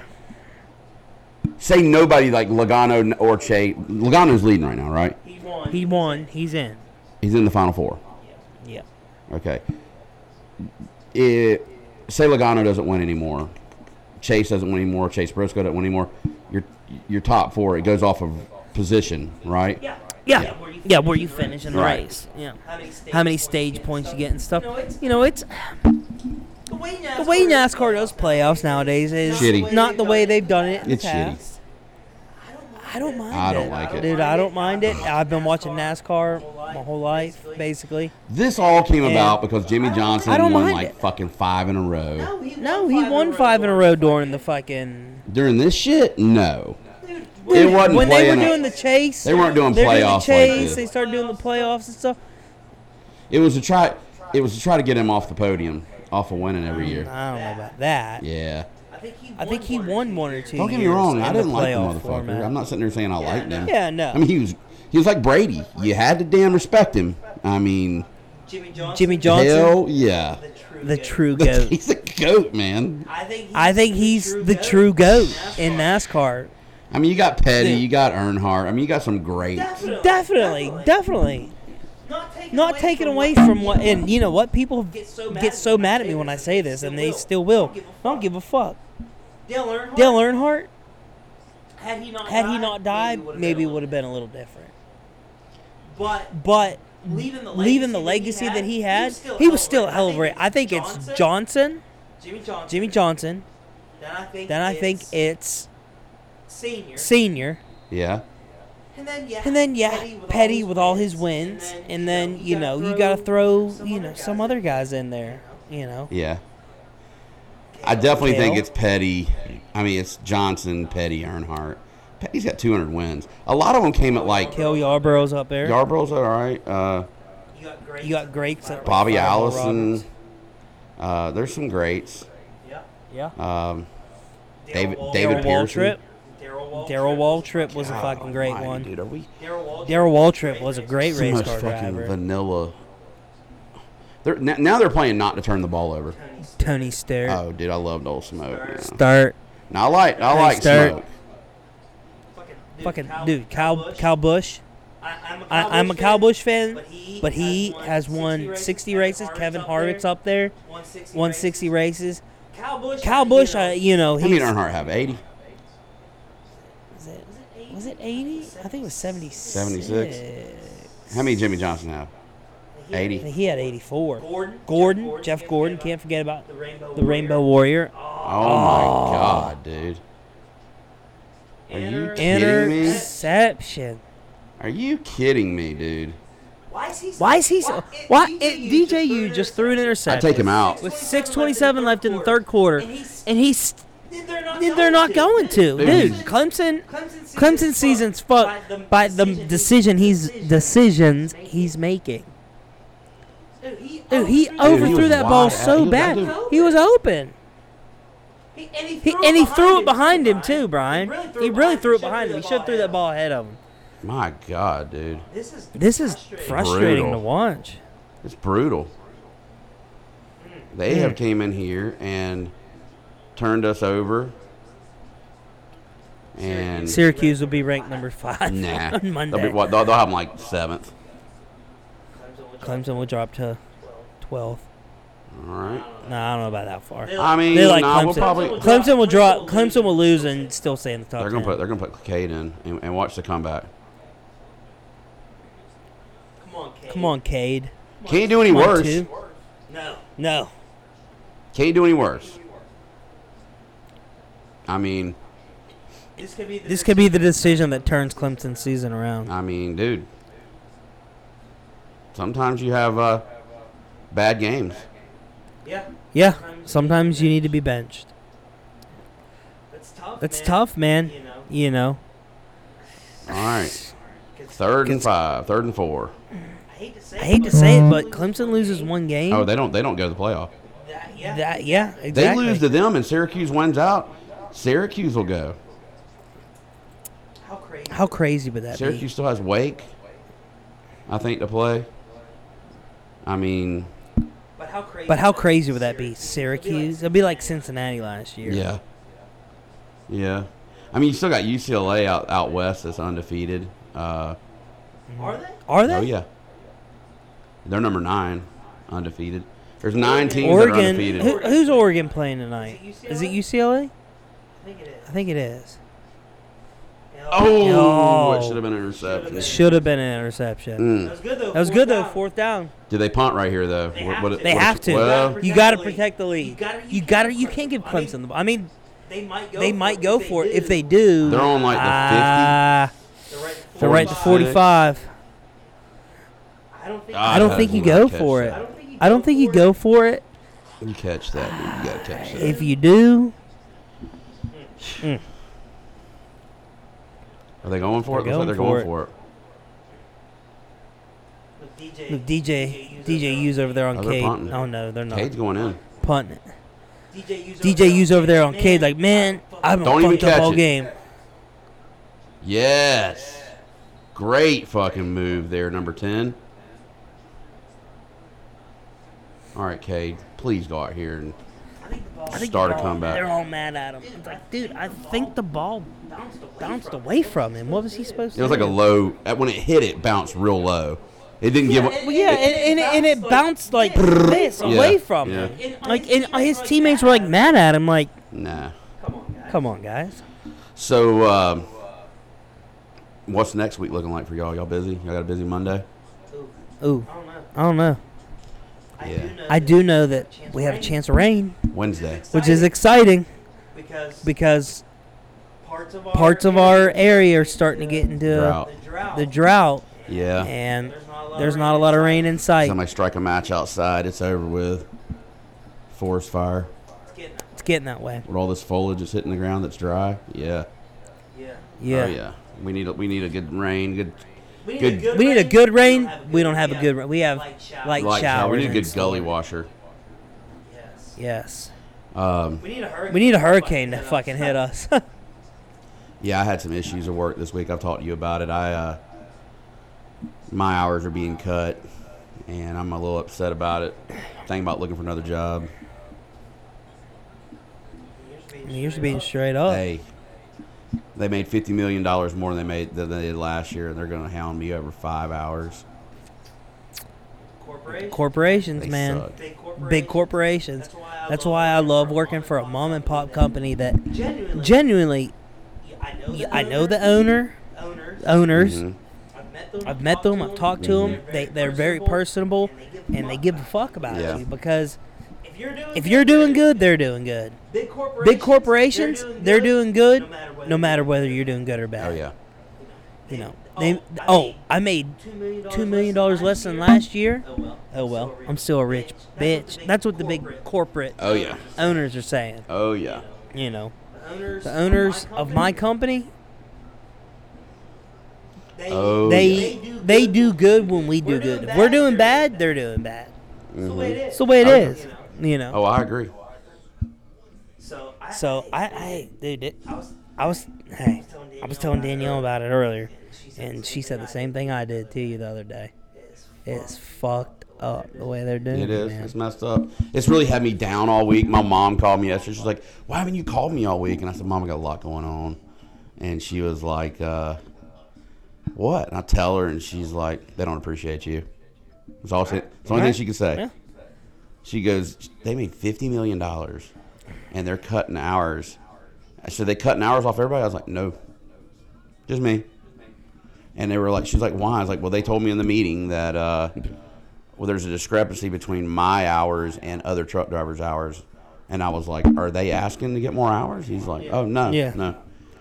S2: Say nobody like Logano or Chase. Logano's leading right now, right?
S3: He won.
S1: He won. He's in.
S2: He's in the final four.
S1: Yeah.
S2: Okay. It, say Logano doesn't win anymore. Chase doesn't win anymore. Chase Briscoe doesn't win anymore. Your your top four. It goes off of position, right?
S3: Yeah.
S1: Yeah. Yeah, where you
S3: right?
S1: finish in the
S2: Right.
S1: race. Yeah.
S3: How many stage,
S1: How many stage points you get and stuff. You know, it's
S3: The way NASCAR,
S1: the way NASCAR does playoffs nowadays is
S2: Shitty.
S1: not the way they've done it in
S2: It's
S1: the
S2: shitty.
S1: past. I don't mind
S2: I don't
S1: it.
S2: like it.
S1: Dude, I don't mind it. I've been watching NASCAR my whole life, basically.
S2: This all came
S1: And-
S2: about because Jimmy Johnson
S1: I don't
S2: won
S1: mind
S2: like
S1: it.
S2: fucking five in a row.
S3: he
S1: No, he won five in a row during the fucking.
S2: During this shit, no.
S3: Dude,
S2: It wasn't
S1: when they
S2: playing.
S1: were
S2: a-
S1: doing the chase.
S2: They weren't doing
S1: they're the
S2: playoffs like
S1: chase.
S2: this.
S1: they started doing the playoffs and stuff.
S2: it was to try. It was to try to get him off the podium, off of winning every year.
S1: I don't know about that.
S2: Yeah.
S3: think he. Won
S1: I think he
S3: one or
S1: won
S3: two
S1: one or
S3: years.
S1: two.
S2: Don't get me
S1: years
S2: wrong,
S1: in
S2: I didn't
S1: the
S2: like the
S1: playoff
S2: motherfucker.
S1: format.
S2: I'm not sitting there saying I liked him.
S1: Yeah, no.
S2: I mean, he was he was like Brady. You had to damn respect him. I mean,
S3: Jimmy Johnson.
S1: Jimmy Johnson,
S2: hell yeah,
S3: The true.
S1: the
S3: goat.
S1: true goat.
S2: he's a goat, man.
S3: I think. He's
S1: I think he's the true goat in NASCAR.
S2: I mean, you got Petty,
S1: Yeah.
S2: you got Earnhardt. I mean, you got some great.
S3: Definitely.
S1: Definitely, definitely.
S3: Not taken
S1: Not taken away from what, and you know what? People
S3: Get so mad
S1: get
S3: at
S1: so
S3: me when
S1: mad
S3: I
S1: at
S3: say
S1: me when I
S3: this, they
S1: say this,
S3: still
S1: and they
S3: will.
S1: still will.
S3: Don't give a
S1: I don't give a fuck.
S3: Dale Earnhardt.
S1: Dale Earnhardt,
S3: Had he not
S1: had
S3: died,
S1: he not died, maybe it would
S3: would've
S1: have been a little different.
S3: been. But
S1: But
S3: leaving the legacy,
S1: leaving the legacy that he had, he was still a hell of a. I think it's
S3: John
S1: Johnson,
S3: Jimmy Johnson.
S1: Jimmy Johnson.
S3: Then I think
S1: Then I think
S3: it's
S1: it's
S3: senior.
S1: Senior.
S2: Yeah,
S3: and then yeah.
S1: And then yeah, Petty with all his wins, and then you know you gotta throw you know some other guys in there, you know.
S2: yeah. I definitely think
S1: Dale.
S2: it's Petty. I mean, it's Johnson, Petty, Earnhardt. Petty's got 200 wins. A lot of them came at like
S1: Kill Yarborough's up there.
S2: Yarborough's all right. Uh,
S3: You got great.
S1: you got greats. Up
S2: Bobby
S1: Fireball
S2: Allison.
S1: Roberts.
S2: Uh, there's some greats.
S3: Yeah.
S1: Yeah.
S2: Um, David
S3: Daryl
S2: David
S1: Daryl
S2: Pearson.
S1: Waltrip.
S3: Daryl
S1: Daryl Waltrip was a
S2: God
S1: fucking great
S2: almighty,
S1: one.
S2: oh Dude, are we
S3: Daryl Waltrip.
S1: Daryl Waltrip was a great
S2: so
S1: race
S2: much
S1: car
S2: fucking
S1: driver.
S2: vanilla? They're, n- now they're playing not to turn the ball over.
S1: Tony Stewart.
S2: Oh, dude, I loved old smoke. Yeah.
S1: Start.
S2: Now I like I
S1: Tony
S2: like
S1: Stewart.
S2: smoke.
S3: Fucking
S1: Fucking
S3: Kyle-
S1: dude, Kyle
S3: Busch.
S1: Kyle Busch.
S3: I, I'm a Kyle
S1: I, I'm a
S3: Busch
S1: Kyle
S3: fan,
S1: Busch fan,
S3: but he,
S1: but he has won 60 races. Kevin Harvick's up there,
S3: 160.
S1: 160
S3: races.
S1: races.
S3: Kyle Busch.
S1: Kyle
S3: you
S1: Busch,
S3: know,
S1: uh, you know,
S2: How many
S1: he's
S2: Earnhardt have? 80?
S1: was it, was it 80? I think it was 76.
S2: 76. How many Jimmy Johnson have?
S3: he-
S2: 80?
S1: He had 84.
S3: Gordon.
S1: Gordon, Jeff Gordon, can't forget about
S3: the Rainbow.
S1: the Rainbow
S3: Warrior.
S1: Warrior.
S2: Oh, my God, dude. Are you
S3: Enter-
S2: kidding me?
S1: Interception.
S2: Are you kidding me, dude?
S3: Why is he?
S1: Why is he so? Why it, DJU just threw an
S2: I
S1: interception.
S2: take him out.
S1: with 6:27 left in the third quarter,
S3: And he's-
S1: and he's
S3: Then they're not.
S1: they're not going to, dude. Clemson.
S3: Clemson season's,
S1: Clemson season's fucked by the decision he's decisions he's making.
S3: Dude, he,
S1: Dude, he
S3: overthrew-
S1: overthrew
S2: was
S1: that ball
S2: wide out. He
S1: so
S2: was-
S1: bad.
S2: that dude-
S1: He was open.
S3: He, and he
S1: He,
S3: threw,
S1: and he threw it
S3: him
S1: behind him
S3: Brian.
S1: too, Brian. He really threw it behind him. He should have threw that ball ahead of him.
S2: My God, dude.
S3: This is
S1: This is
S3: frustrating.
S1: frustrating
S2: Brutal.
S1: to watch.
S2: It's brutal. They have came in here and turned us over. And
S1: Syracuse will be ranked number five
S2: nah,
S1: on Monday.
S2: They'll, be, what, they'll, they'll have them like seventh.
S1: Clemson will drop to 12th.
S2: All right.
S1: Nah, I don't know about that far.
S2: I mean,
S1: They like
S2: nah, we'll
S1: Clemson.
S2: probably
S1: Clemson will drop. Clemson will lose and still stay in the top.
S2: they're gonna
S1: 10.
S2: put they're gonna put Cade in and, and watch the comeback.
S3: Come on, Kate.
S1: Come on, Cade.
S2: Can't do any
S1: Come on,
S2: worse.
S1: two.
S3: No.
S1: No.
S2: Can't do any worse. I mean,
S3: This could be. The
S1: This could be the decision that turns Clemson's season around.
S2: I mean, dude. Sometimes you have uh, bad games.
S3: Yeah.
S1: Yeah. Sometimes you need to be benched.
S3: That's tough.
S1: That's
S3: man.
S1: tough, man.
S3: You know.
S1: You know.
S2: All right.
S3: 'cause
S2: Third and
S1: Cause-
S2: five, third and four.
S3: I hate to say.
S1: I hate to say it, but Clemson loses one game.
S2: Oh, they don't they don't go to the playoff.
S3: That, yeah.
S1: That yeah,
S2: They
S1: exactly.
S2: lose to them and Syracuse wins out. Syracuse will go.
S3: How crazy.
S1: How crazy would that
S2: Syracuse still has Wake, I think, to play. I mean,
S3: But how crazy.
S1: be? But how crazy would that be?
S3: Syracuse.
S1: Syracuse. It'd be like Cincinnati last year.
S2: yeah. Yeah. I mean, you still got UCLA out, out west that's undefeated. Uh,
S3: Are they?
S1: Are they?
S2: oh, yeah. They're number nine, undefeated. There's nine teams that are
S1: Oregon.
S2: undefeated.
S1: Who, who's Oregon playing tonight?
S3: Is it
S1: Is it
S3: UCLA?
S1: UCLA?
S3: I think it
S1: I
S3: is.
S1: think it is.
S2: oh,
S1: Yo.
S2: it should have been an interception.
S1: It should have been an interception.
S2: Mm.
S3: That was good though.
S1: That was good though.
S3: down.
S1: Fourth down.
S2: Did they punt right here, though?
S3: They
S2: What-
S3: have
S2: what-
S3: to.
S2: what-
S1: They have to.
S2: Well,
S1: You got to
S3: Protect the
S1: protect the
S3: lead.
S1: lead.
S3: You gotta- you
S1: You got to.
S3: can't
S1: You can't give
S3: protect the
S1: Clemson
S3: lead.
S1: the ball. I mean,
S3: They might go.
S1: they
S3: for
S1: might
S3: it.
S1: go
S3: If
S1: for it
S3: do,
S1: if they do.
S2: They're on, like, the 50.
S1: ah,
S3: They're right at
S1: they're right to
S2: 45.
S1: forty-five.
S3: I don't think.
S2: Ah,
S1: I don't
S2: that
S1: think you
S2: will not
S1: go
S2: catch
S1: for
S2: that.
S1: it.
S3: I don't think you
S1: I don't think you
S3: for
S1: go for it.
S2: you catch that. dude. You got to catch that.
S1: If you do,
S2: Are they going for it?
S1: They're
S2: Looks like they're going
S1: going
S2: for it.
S3: it. With DJ.
S1: the DJ DJU's over there on
S2: Oh, they're
S1: Cade.
S2: punting.
S1: Oh no, they're not
S2: Cade's going in.
S1: punting it.
S3: DJ U's
S1: DJ U's over there on Cade, like, man, I'm
S2: Don't even
S1: fucked up
S2: catch
S1: all
S2: it.
S1: game.
S2: Yes. Great fucking move there, number 10. All right, Cade, please go out here and
S1: I think
S2: Start a
S1: they're all-
S2: comeback.
S1: They're all mad at him. It's like, dude, I think the ball bounced away from him. What was he supposed to
S2: it was like a
S1: do?
S2: low. uh, When it hit, it bounced real low. It didn't give.
S1: Well, yeah, and, and, and it bounced like this
S2: Yeah,
S1: away from
S2: yeah.
S1: him. Like, and his teammates were like mad at him, like,
S2: Nah.
S1: come on, guys.
S2: So, um, what's next week looking like for y'all? Y'all busy? Y'all got a busy Monday?
S1: Ooh,
S3: I don't know.
S1: I don't know.
S3: I
S2: Yeah.
S3: do know.
S1: I
S3: that
S1: do know that we have a chance of rain,
S2: Wednesday.
S1: which is exciting
S3: because
S1: because
S3: parts of our
S1: parts of our area are starting to get into
S2: Drought.
S3: the drought.
S1: the drought,
S2: Yeah.
S1: and
S3: There's not a lot of
S1: there's
S3: rain
S1: not a lot of rain in sight.
S2: Somebody strike a match outside. It's over with. Forest fire.
S3: it's getting-
S1: It's getting that way.
S2: With all this foliage that's hitting the ground that's dry. Yeah.
S3: yeah.
S1: Yeah.
S2: Oh, yeah. We need a, we need a good rain. Good
S3: We need
S2: Good-
S3: a good
S1: We need a
S3: rain.
S1: good rain. We don't
S3: rain.
S1: have a
S3: Yeah.
S1: good rain. We have
S3: Light shower.
S1: light
S2: light shower. We
S1: showers
S2: need a good
S1: and
S2: gully
S1: storm.
S2: washer.
S3: Yes.
S1: Yes.
S2: Um,
S3: We need a hurricane.
S1: We need a
S3: to fucking
S1: hurricane to
S3: hit us.
S1: fucking hit us.
S2: yeah, I had some issues at work this week. I've talked to you about it. I uh, my hours are being cut, and I'm a little upset about it. Thinking about looking for another job.
S1: You're just being straight up.
S2: Hey, they made fifty million dollars more than they made than they did last year, and they're going to hound me over five hours.
S3: Corporation.
S1: Corporations,
S2: They
S1: man.
S2: suck.
S3: big corporation.
S1: Big corporations.
S3: That's why I
S1: That's
S3: love
S1: why I
S3: working
S1: love
S3: for a
S1: working for a mom and pop company that
S3: Genuinely.
S1: genuinely,
S3: I know the
S1: I know the
S3: owners.
S1: owner,
S3: owners.
S1: owners.
S2: Mhm.
S3: I've met them.
S1: I've met them. I've talked to them.
S3: They're
S1: They they're very personable, and they give a fuck about
S2: Yeah.
S1: you because
S3: If you're doing,
S1: if you're doing good, they're doing good.
S3: big corporations,
S1: Big corporations, they're doing good, no matter
S3: what.
S1: whether you're doing good or bad.
S2: Oh yeah,
S1: You know, they. Oh, I made two million dollars less than last year.
S3: Oh well.
S1: Oh well, I'm still a rich bitch. That's what the big corporate
S2: oh yeah,
S1: owners are saying.
S2: oh yeah.
S1: You know,
S3: The owners,
S1: the owners of my company,
S3: they,
S2: Oh,
S1: they
S3: do
S1: they
S3: good.
S1: do good when we do
S3: We're doing
S1: good. If
S3: bad,
S1: we're doing
S3: they're
S1: bad,
S3: doing
S1: they're doing bad.
S3: That's the way it
S1: It's
S3: is.
S1: the way it
S2: Okay.
S1: is. You
S2: Oh,
S1: know.
S2: I agree.
S3: So I,
S1: So I, I dude, it,
S3: I was,
S1: I was, hey, I was telling Danielle about it earlier, and she said the same thing I did to you the other day. It's fucked up the way they're doing
S2: It
S1: it.
S2: is.
S1: man.
S2: It's messed up. It's really had me down all week. My mom called me yesterday. She's like, "Why haven't you called me all week?" And I said, "Mom, I got a lot going on." And she was like, uh, "What?" And I tell her, and she's like, "They don't appreciate you." It's all. She, it's the only thing she could say.
S1: Yeah.
S2: She goes, "They made fifty million dollars, and they're cutting hours." I said, "They cutting hours off everybody." I was like, "No, just me." And they were like, "She's like, why?" I was like, "Well, they told me in the meeting that." Uh, well, there's a discrepancy between my hours and other truck drivers' hours. And I was like, are they asking to get more hours? He's like, oh, no,
S1: Yeah.
S2: no.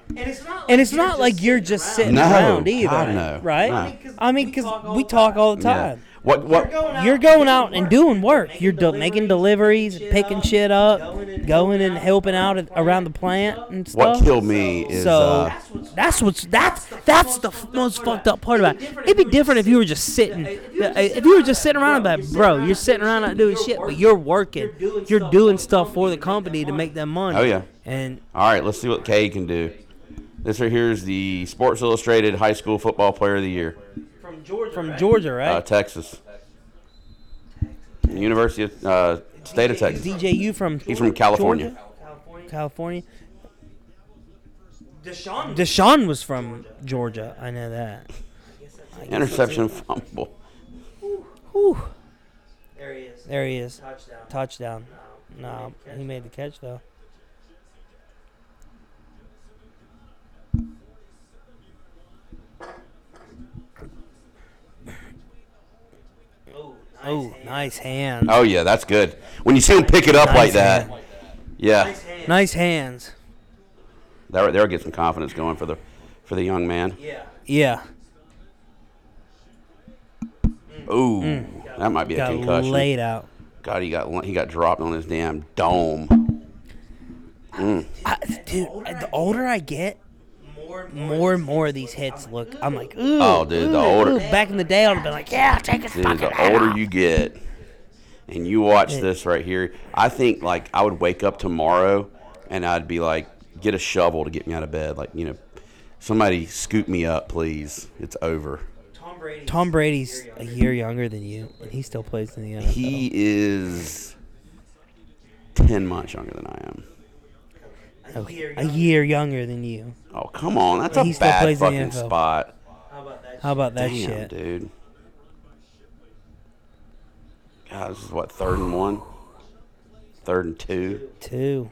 S3: and it's not like
S1: And it's not like you're just sitting
S2: No,
S1: around either,
S2: God, no,
S1: right?
S2: no.
S1: I mean, because we talk all the
S2: Yeah.
S1: time.
S2: What,
S3: You're
S2: what,
S3: going out,
S1: You're
S3: and
S1: going
S3: doing
S1: out and
S3: work.
S1: doing work. You're do- making
S3: making
S1: deliveries, picking shit up,
S3: going and
S1: going and
S3: helping
S1: helping
S3: out
S1: out at- around the plant and
S2: what
S1: stuff.
S2: killed me is,
S1: So-
S2: uh,
S3: That's what's
S1: That's what's that's that's the f- most fucked up part about it. It'd be different if you were just sitting. If you were just sitting around about, it, bro, you're sitting around not doing shit, but you're working. You're doing stuff for the company to make that money.
S2: Oh, yeah.
S1: And
S2: all right, let's see what Kay can do. This right here is the Sports Illustrated High School Football Player of the Year,
S3: from Georgia.
S1: from
S3: right?
S1: Georgia,
S2: uh,
S1: right?
S2: Texas, University of uh, State of Texas.
S1: DJ, you from?
S2: He's from California.
S1: Georgia?
S3: California.
S1: California.
S3: Deshaun.
S1: Deshaun was from Georgia. I know that.
S2: Interception fumble.
S1: Whew.
S3: there he is.
S1: There he is.
S3: Touchdown.
S1: Touchdown.
S3: Um,
S1: No, he made the catch though.
S3: Oh, nice
S1: Oh,
S3: hand.
S1: nice hand.
S2: Oh, yeah, that's good. When you see him pick it up
S1: Nice
S2: like that,
S1: hand.
S2: yeah,
S3: Nice hand.
S1: Nice hands.
S2: that right there gets some confidence going for the for the young man.
S3: Yeah.
S1: Yeah.
S2: Ooh, that might be a
S1: Got
S2: concussion.
S1: laid out.
S2: God, he got he got dropped on his damn dome.
S1: I, dude, the older I get,
S3: More and more.
S1: more and more of these hits look. I'm like, ooh.
S2: Oh, dude, the
S1: ooh,
S2: older-
S1: ooh. Back in the day, I'd have been like, yeah, take his
S2: Dude,
S1: fucking
S2: the
S1: head
S2: older
S1: off.
S2: you get, and you watch this right here, I think like I would wake up tomorrow and I'd be like, get a shovel to get me out of bed. Like, you know, somebody scoop me up, please. It's over.
S3: Tom Brady.
S1: Tom Brady's a year younger than you, and he still plays in the NFL.
S2: He is 10 months younger than I am.
S3: A year.
S1: a
S3: young.
S1: year younger than you.
S2: Oh, come on. That's a
S1: He still
S2: bad
S1: plays in the
S2: fucking
S1: NFL.
S2: spot.
S3: How about that?
S1: How about that
S2: Damn,
S1: shit?
S2: dude. God, this is what, third and one? Third and two?
S1: Two.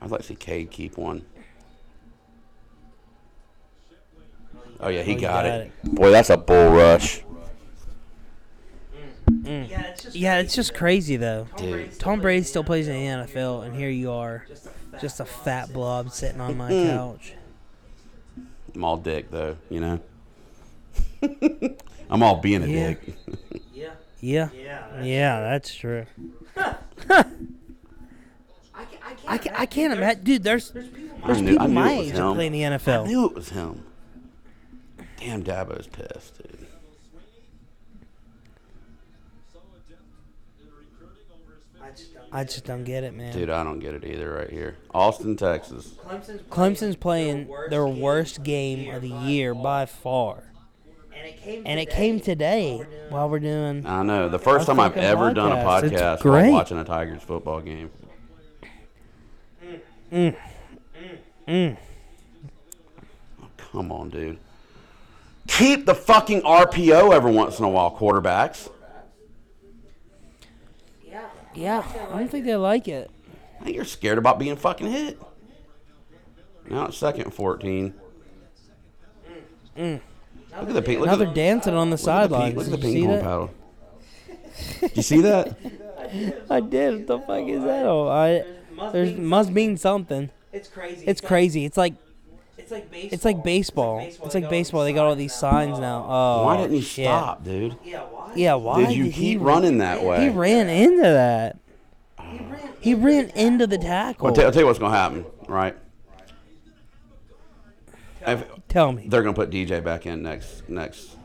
S2: I'd like to see Cade keep one. Oh, yeah, he
S1: Oh, he got
S2: got, it. Boy, that's a bull rush.
S3: shit? Yeah, it's just.
S1: Yeah, it's just crazy though.
S3: Tom Brady
S2: Dude.
S1: Tom Brady still plays in the NFL, and here you are,
S3: Just a fat
S1: just a
S3: blob.
S1: fat blob sitting on my couch.
S2: I'm all dick, though, you know? I'm all being a
S1: Yeah.
S2: dick.
S3: Yeah.
S1: Yeah,
S3: Yeah. that's-
S1: yeah, that's true.
S3: I can't. I can't.
S1: I, ca- I can't imagine, dude. There's
S3: There's people
S2: I
S1: there's
S2: knew- I
S1: people
S2: knew
S1: my
S2: it was
S1: age that
S2: him.
S1: play in the
S2: I
S1: NFL.
S2: knew it was him. Damn, Dabo's pissed, dude.
S3: I just don't.
S1: I just don't get it, man.
S2: Dude, I don't get it either right here. Austin, Texas.
S3: Clemson's playing,
S1: Clemson's playing their worst game of the year by far,
S3: and it came.
S1: and it came today while we're doing.
S2: I know. The first
S1: A
S2: time I've
S1: fucking
S2: ever done a
S1: podcast. It's
S2: podcast while
S1: great.
S2: watching a Tigers football game.
S1: Mm.
S2: Come on, dude. Keep the fucking RPO every once in a while, quarterbacks.
S3: Yeah.
S1: Yeah, I don't think they like it.
S2: Hey, You're scared about being fucking hit. Now it's second and 14. Look at the pe- look
S1: Now
S2: at the,
S1: they're dancing on the
S2: look at the pe-
S1: sidelines.
S2: Look at the
S1: Did you see
S2: ping pong
S1: that?
S2: paddle. Did you see that?
S1: I did. What the fuck is that? Oh, I
S3: Must
S1: there's
S3: mean-
S1: must mean something.
S3: It's crazy.
S1: It's
S3: like-
S1: crazy. It's like
S3: It's like baseball.
S1: it's like baseball. It's like baseball. They got all these signs now. Oh,
S2: Why didn't you
S1: shit.
S2: stop, dude?
S3: Yeah. Why?
S1: Yeah, why
S2: Did you
S1: did he
S2: keep running that
S1: He
S2: way?
S1: ran into that.
S3: He ran.
S1: He ran into the
S2: I'll,
S1: tackle.
S2: tell- I'll tell you what's going to happen, right? If-
S1: Tell me.
S2: they're going to put DJ back in next next.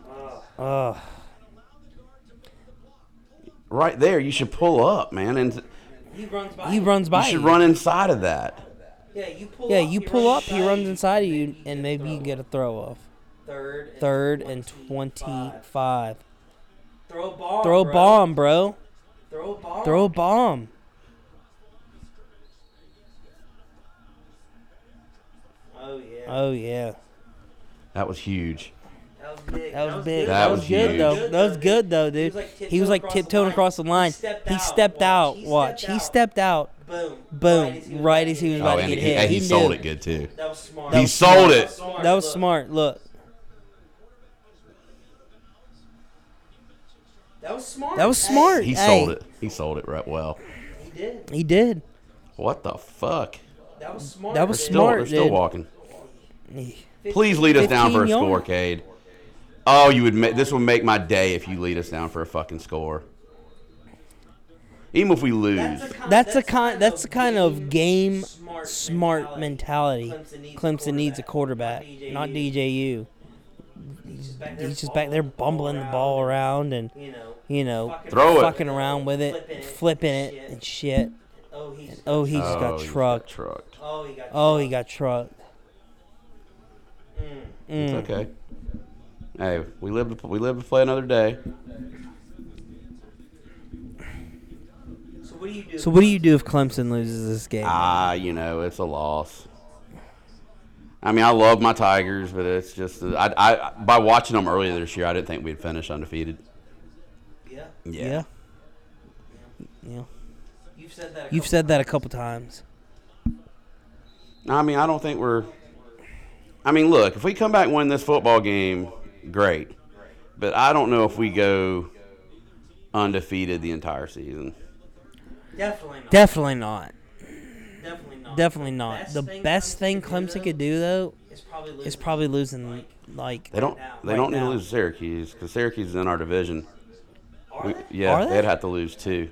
S1: Ugh.
S2: Right there, you should pull up, man, and
S3: He runs by.
S1: he runs by.
S2: you should
S1: you.
S2: run inside of that.
S3: Yeah. You pull.
S1: Yeah,
S3: up,
S1: you
S3: he
S1: pull up.
S3: runs
S1: He
S3: by
S1: runs
S3: you.
S1: inside of you, and maybe you can get a throw off.
S3: Third. And
S1: Third and
S3: 25.
S1: twenty-five.
S3: Throw a bomb.
S1: Throw a
S3: bro.
S1: bomb, bro.
S3: Throw a bomb.
S1: Throw a bomb.
S3: Oh yeah.
S1: Oh yeah.
S2: That was huge.
S3: that was big.
S1: That was big.
S2: That
S1: That
S2: was
S1: was good
S2: huge.
S1: though. That was good though, dude. He was like tiptoeing across the line. He stepped out. Watch. He stepped out.
S3: Boom.
S1: Boom. Right as he was
S2: Oh,
S1: about to
S2: and
S1: get
S2: he,
S1: hit.
S2: and he sold
S1: knew.
S2: it good too.
S3: That was smart.
S2: He sold it.
S1: That was smart. Look.
S3: That was smart.
S1: That was
S3: Hey,
S1: smart.
S2: He
S1: Hey.
S2: sold it. He sold it right well.
S3: He did.
S1: He did.
S2: What the fuck?
S3: That was smart.
S1: That was
S3: dude.
S2: Still, they're
S1: Smart,
S2: still
S1: dude.
S2: walking.
S1: He-
S2: Please lead us down for a
S1: 15 yards.
S2: score, Cade. Oh, you would. Ma- this would make my day if you lead us down for a fucking score. Even if we lose,
S3: That's a kind-
S1: That's a kind. That's the kind of game
S3: smart
S1: smart mentality. Clemson needs a quarterback, not DJU.
S3: He's just back there,
S1: He's just back there bumbling the ball around and
S3: You know.
S1: you know
S2: Throw it.
S1: fucking around with it, flipping it and shit.
S3: Oh, he's.
S1: Oh, he just
S2: Oh,
S1: got
S2: you just
S1: trucked.
S2: trucked.
S3: Oh, he got.
S1: Oh, he got trucked.
S3: Mm.
S2: It's okay. Hey, we live. To, we live to play another day.
S3: So what do you do?
S1: So what do you do if Clemson loses this game?
S2: Ah, you know, it's a loss. I mean, I love my Tigers, but it's just I, I by watching them earlier this year, I didn't think we'd finish undefeated.
S3: Yeah.
S1: yeah. Yeah.
S3: You've said that. a
S1: You've
S3: couple
S1: said that a couple times.
S2: I mean, I don't think we're. I mean, look, if we come back and win this football game, great. But I don't know if we go undefeated the entire season.
S3: Definitely not.
S1: Definitely not.
S3: definitely not.
S1: Definitely not.
S3: Best
S1: The
S3: thing
S1: best thing
S3: Clemson
S1: Clemson could do though
S3: It's probably losing.
S1: is probably losing like
S2: They don't. They
S1: Right
S2: don't need to
S1: now.
S2: lose to Syracuse because Syracuse is in our division.
S3: Are
S2: We,
S3: they?
S2: yeah,
S1: Are they?
S2: would have to lose two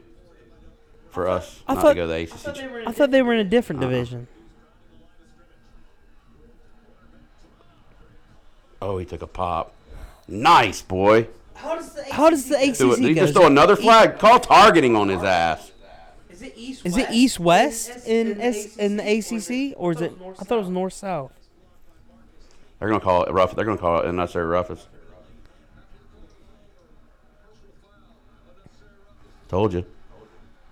S2: for us
S1: I
S2: not to
S1: thought-
S2: go to the ACC.
S3: I thought they were. In
S1: I
S3: a
S1: thought
S3: different-
S1: they were in a different
S2: Uh-uh.
S1: division.
S2: Oh, he took a pop. Nice boy.
S3: How does the ACC?
S1: How does the ACC
S2: Do it. Did he
S1: goes-
S2: just throw another flag? Call targeting on his ass.
S3: Is it East?
S1: Is
S3: West?
S1: it East West
S3: in,
S1: in S in the ACC or is it? I thought it was North South.
S2: They're gonna call it rough. They're gonna call it unnecessary roughness. Told you.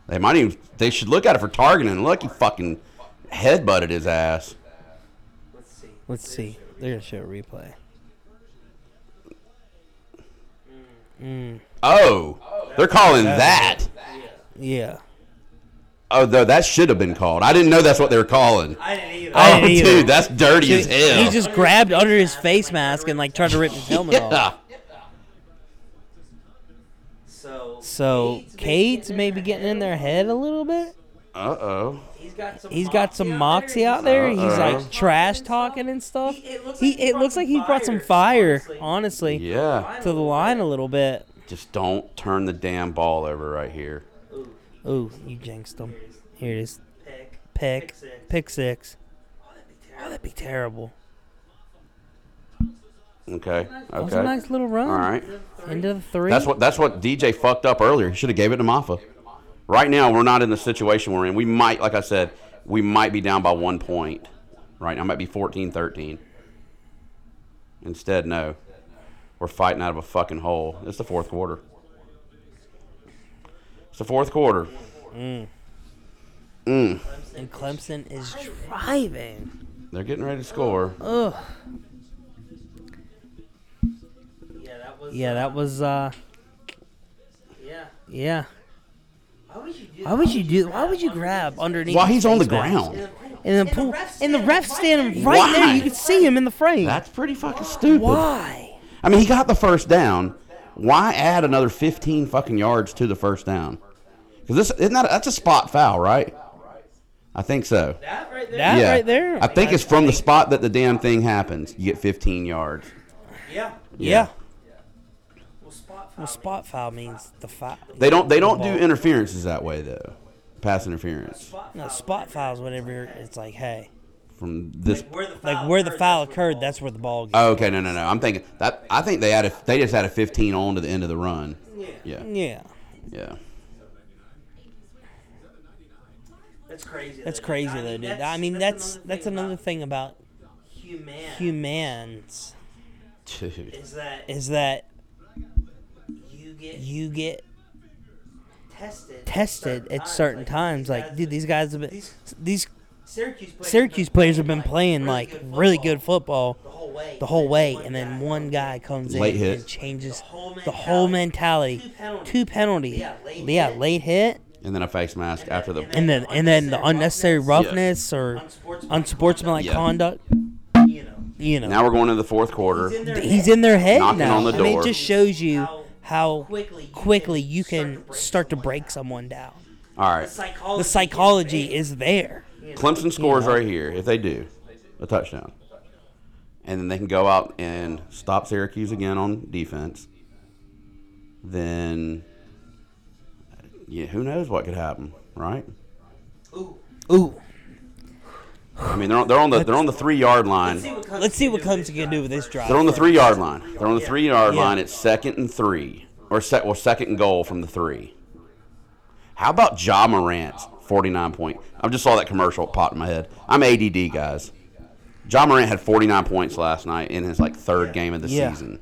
S2: They might even. They should look at it for targeting. and Look, he fucking head butted his ass.
S3: Let's see.
S1: Let's see. They're gonna show a replay.
S2: Oh, they're calling that.
S1: Yeah.
S2: Oh, though that should have been called. I didn't know that's what they were calling.
S3: I didn't either.
S1: I
S2: Oh,
S1: didn't either.
S2: dude, that's dirty as hell.
S1: He just grabbed under his face mask and like tried to rip his helmet
S2: yeah.
S1: off.
S3: so
S1: So Cade's maybe getting in their head a little bit.
S2: Uh oh.
S3: He's got some.
S1: He's got some moxie out there. He's like trash talking and stuff. He it looks like he brought some fire, honestly,
S2: Yeah.
S1: to the line a little bit.
S2: Just don't turn the damn ball over right here.
S3: Ooh,
S1: Ooh, you jinxed him. Here it is.
S3: pick.
S1: Pick.
S3: Pick six.
S1: Pick six.
S3: Oh, that'd be
S1: Oh,
S3: terrible.
S1: that'd be terrible.
S2: Okay.
S1: That was a
S2: Okay.
S1: nice little run.
S2: All right.
S1: Into the three.
S2: That's what that's what DJ fucked up earlier. He should have gave it to Maffa. Right now, we're not in the situation we're in. We might, like I said, we might be down by one point. Right now, might be 14-13. Instead, no, we're fighting out of a fucking hole. It's the fourth quarter. It's the fourth quarter.
S1: and Clemson is driving.
S2: They're getting ready to score.
S1: Ugh.
S3: Yeah, that was.
S1: Yeah, that was. uh
S3: Yeah.
S1: Yeah.
S3: Why would you do?
S1: Why would you do? Why would you grab underneath?
S2: While
S1: his
S2: he's on the
S1: face mask?
S2: ground,
S1: And then pull. And the ref standing right
S2: Why?
S1: there. You could see him in the frame.
S2: that's pretty fucking stupid.
S1: Why?
S2: I mean, he got the first down. Why add another 15 fucking yards to the first down? Because this isn't that that's a spot foul, right? I think so.
S3: That right there.
S1: That right there.
S2: I think it's from the spot that the damn thing happens. You get 15 yards.
S3: Yeah.
S1: Yeah.
S3: Well, spot.
S1: Well,
S3: foul
S1: spot foul means the foul.
S2: They don't they don't do interferences that way though. Pass interference
S3: Spot
S1: No,
S3: foul.
S1: spot fouls. Whenever it's like, hey,
S2: from this.
S3: Where the foul
S1: like where the foul
S3: that's where
S1: occurred,
S3: the
S1: that's where the ball. Goes.
S2: Oh, okay, no, no, no. I'm thinking that. I think they had a, they just had a 15 on to the end of the run.
S3: ball-
S2: Yeah,
S3: Yeah.
S1: Yeah.
S2: yeah.
S3: That's crazy.
S1: That's
S3: though, dude.
S1: crazy though, dude. I mean, that's that's another thing about
S3: thing. about Human.
S1: humans
S2: Dude.
S3: Is that
S1: is that
S3: you get
S1: you get
S3: tested?
S1: tested at certain times. Like, dude, these guys have been
S3: These-
S1: these
S3: Syracuse players.
S1: Syracuse
S3: have been
S1: players have been playing like really good football
S3: the whole way.
S1: the whole way, and
S3: guy.
S1: then one guy comes in
S2: Late hit.
S1: and changes the whole mentality. Two
S3: Two
S1: penalty.
S3: Yeah, late
S1: Yeah,
S3: hit.
S1: late hit,
S2: And then a face mask after the.
S1: and then and then the unnecessary roughness or
S3: Unsportsmanlike
S1: unsportsmanlike
S2: Yeah.
S1: conduct.
S3: You know.
S1: You know,
S2: Now we're going into the fourth quarter.
S3: He's in there.
S1: he's in their head
S2: Knocking
S1: now.
S2: on the
S1: I mean,
S2: door.
S1: it just shows you
S3: How
S1: how
S3: quickly you
S1: quickly
S3: can
S1: you
S3: start
S1: can
S3: to break
S1: start to
S3: someone
S1: break
S3: down.
S1: someone down.
S2: All right.
S3: psychology.
S1: The psychology is there.
S2: Clemson scores right here if they do a touchdown, and then they can go out and stop Syracuse again on defense. Then, yeah, who knows what could happen, right?
S3: Ooh.
S1: Ooh,
S2: I mean, they're on, they're on the they're on the three yard line.
S3: Clemson
S1: let's see
S3: can
S1: what
S3: do with
S1: Clemson can do with this drive.
S2: They're on the three yard line. They're on the three yard
S1: Yeah.
S2: line. It's second and three, or sec, well, second and goal from the three. How about Ja Morant's forty nine point? I just saw that commercial pop in my head. I'm ADD guys. Ja Morant had forty nine points last night in his like third game of the
S1: Yeah.
S2: season.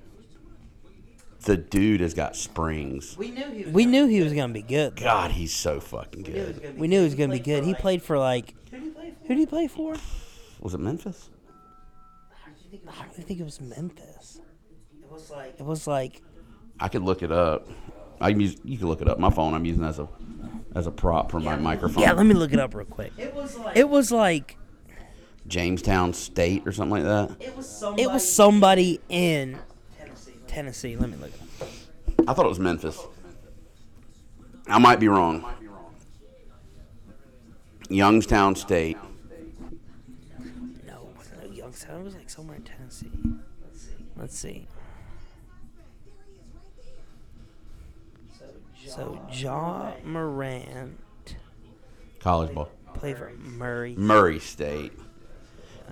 S2: The dude has got springs.
S3: We knew he was
S1: We
S3: gonna-
S1: knew he was gonna be good. though.
S2: God, he's so fucking
S3: knew he was
S2: good.
S3: gonna
S1: We knew he was
S3: good.
S1: gonna be good.
S3: for,
S1: He
S3: like-
S1: played for like
S3: Who did he play for?
S1: who did he play for?
S2: Was it Memphis?
S3: How do you think it
S1: I don't think it was Memphis.
S3: was- It was like
S1: It was like
S2: I could look it up. I can use, you can look it up. My phone I'm using as a as a prop for my microphone.
S1: yeah. Let me look it up real quick.
S3: it was like
S1: It was like
S2: Jamestown State or something like that.
S3: it was somebody
S1: it was somebody in
S3: Tennessee.
S1: Tennessee. Let me look it up.
S2: I thought it was Memphis. I might be wrong. Youngstown State.
S1: No, it wasn't no Youngstown. It was like somewhere in Tennessee.
S3: Let's see.
S1: Let's see.
S3: So,
S1: So Ja Morant
S2: College ball.
S1: played for Murray.
S2: Murray State.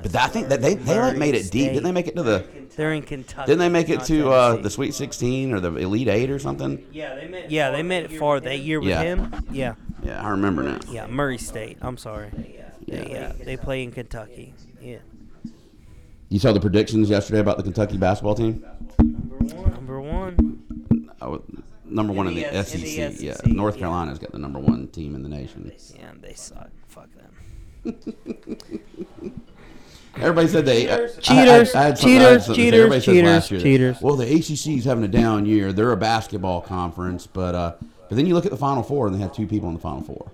S2: But I think that they they like made it deep. Didn't they make it to the?
S1: They're in Kentucky.
S2: Didn't they make it
S1: not
S2: to uh,
S1: Tennessee.
S2: the Sweet 16 or the Elite Eight or something?
S4: Yeah, they made.
S1: Yeah, they made it far that year with
S2: Yeah.
S1: him. Yeah,
S2: Yeah, I remember now.
S1: yeah, Murray State. I'm sorry.
S2: Yeah.
S1: Yeah, they play in Kentucky. Yeah,
S2: You saw the predictions yesterday about the Kentucky basketball team?
S4: Number one.
S1: number one.
S2: I would, number one in the,
S4: the S- E
S2: SEC.
S4: in the
S2: Yeah,
S1: SEC,
S2: North
S1: yeah.
S2: Carolina's got the number one team in the nation.
S1: Yeah, they suck. Fuck them.
S2: Everybody said they I- I-
S1: Cheaters.
S2: I, I had something- I had
S1: Cheaters.
S2: something to say.
S1: Cheaters.
S2: Everybody said
S1: Cheaters.
S2: last year that,
S1: Cheaters.
S2: Well, the ACC's having a down year. They're a basketball conference, but uh, but then you look at the Final Four and they have two people in the Final Four.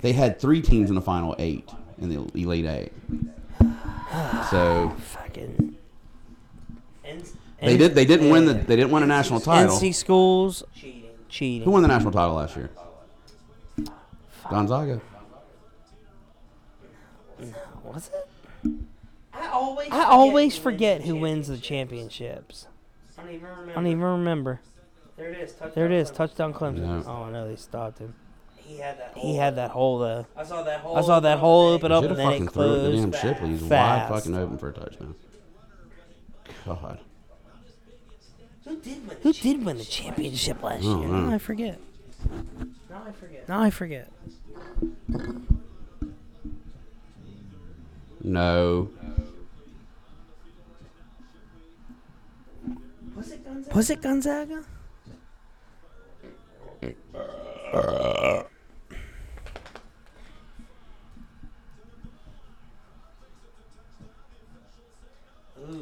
S2: They had three teams in the Final Eight in the E, Elite Eight. So
S1: Fucking
S4: And
S2: they did. They didn't win the. They didn't win a national title.
S1: NC schools
S4: cheating.
S1: cheating.
S2: Who won the national title last year? Gonzaga.
S1: Was it?
S4: I always.
S1: I always
S4: who wins
S1: forget
S4: the
S1: who wins the
S4: championship.
S1: championships.
S4: I don't even remember.
S1: I don't even remember.
S4: There it is. Touchdown
S1: There it is.
S4: Clemson.
S1: Touchdown Clemson.
S2: No.
S1: Oh, I know they stopped him.
S4: He had that.
S1: He
S4: hole.
S1: had that uh, hole though.
S4: I saw that hole.
S1: I saw that hole open up
S2: Should
S1: and then
S2: have
S1: it
S2: fucking threw it to damn
S1: closed.
S2: Shipley. He's wide
S1: fast.
S2: fucking open for a touchdown. God.
S4: Who did win?
S1: Who did win the championship last year?
S2: don't know.
S1: I forget.
S4: Now I forget.
S1: Now I forget.
S2: No.
S4: Was it Gonzaga?
S1: Was it Gonzaga?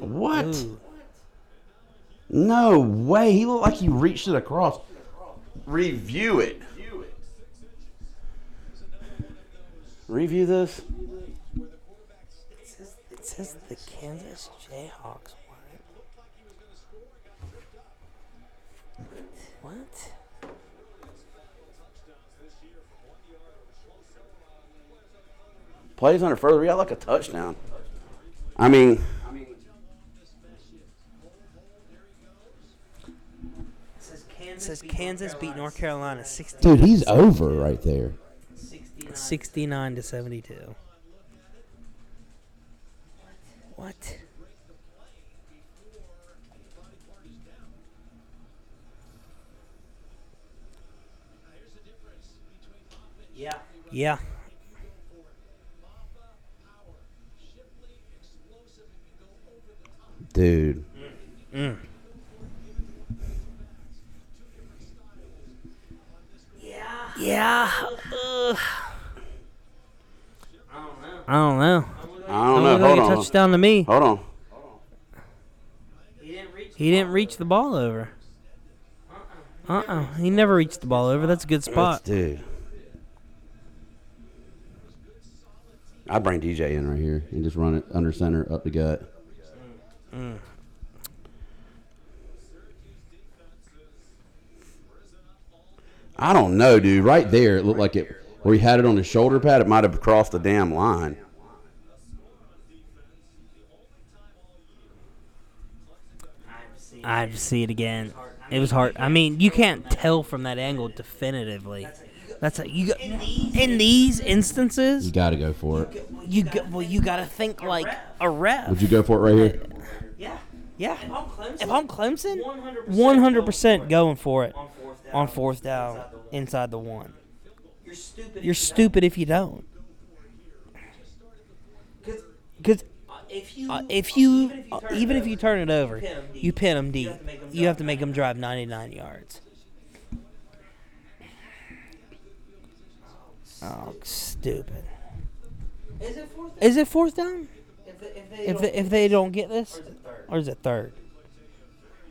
S2: What?
S1: Ooh.
S2: No way. He looked like he reached it across. Review it. Review this.
S1: It says, it says the Kansas Jayhawks won it. What?
S2: Plays under further. We got like a touchdown. I mean,
S4: It says
S1: It
S4: Kansas.
S1: says
S4: beat
S1: Kansas beat North Carolina 60,
S2: dude, he's over right there.
S4: 69.
S1: 69 to 72. What?
S4: Yeah.
S1: Yeah.
S2: Dude.
S4: Yeah.
S1: Yeah. Ugh.
S4: I don't know.
S1: I don't know.
S2: I don't
S1: Don't
S2: know.
S1: look like
S2: Hold
S1: a
S2: on.
S1: touchdown to me.
S2: Hold on.
S4: He didn't reach.
S1: He didn't reach the ball over. Uh uh He never reached the ball over. That's a good
S2: Let's
S1: spot.
S2: do. I bring DJ in right here and just run it under center, up the gut. I don't know, dude. Right there, it looked like it. Where he had it on his shoulder pad, it might have crossed the damn line.
S4: I've seen.
S1: I have to see it again. It was hard. I mean, you can't tell from that angle definitively. That's a, you got, in these
S2: You
S1: instances,
S2: got to go for it.
S1: you got, well, you got to think like a
S2: Would
S1: ref.
S2: you go for it right here?
S4: yeah.
S1: Yeah.
S4: If I'm Clemson.
S1: If I'm
S4: 100%
S1: Clemson, 100% going for it
S4: on fourth down.
S1: on fourth down inside the one.
S4: You're stupid. if
S1: You're
S4: you don't.
S1: stupid if you don't.
S4: 'Cause,
S1: Because
S4: uh, if you,
S1: uh, if you uh,
S4: it
S1: even if
S4: over,
S1: you turn it over,
S4: pin 'em deep.
S1: you pin them deep.
S4: have to make 'em
S1: You have to
S4: drive.
S1: make them drive 99 yards. Oh, stupid!
S4: is it fourth?
S1: Is it fourth down?
S4: If they, if they
S1: If
S4: don't-
S1: they, if they don't get this,
S4: or is it third?
S1: or is it third?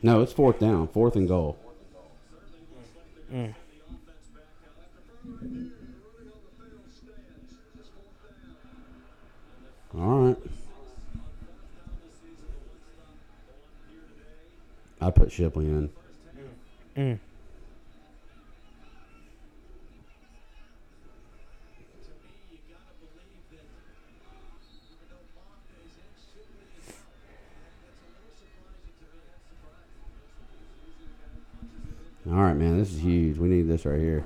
S2: No, it's fourth down, fourth and goal. All right. I put Shipley in.
S1: Mm.
S2: All right, man, this is huge. We need this right here.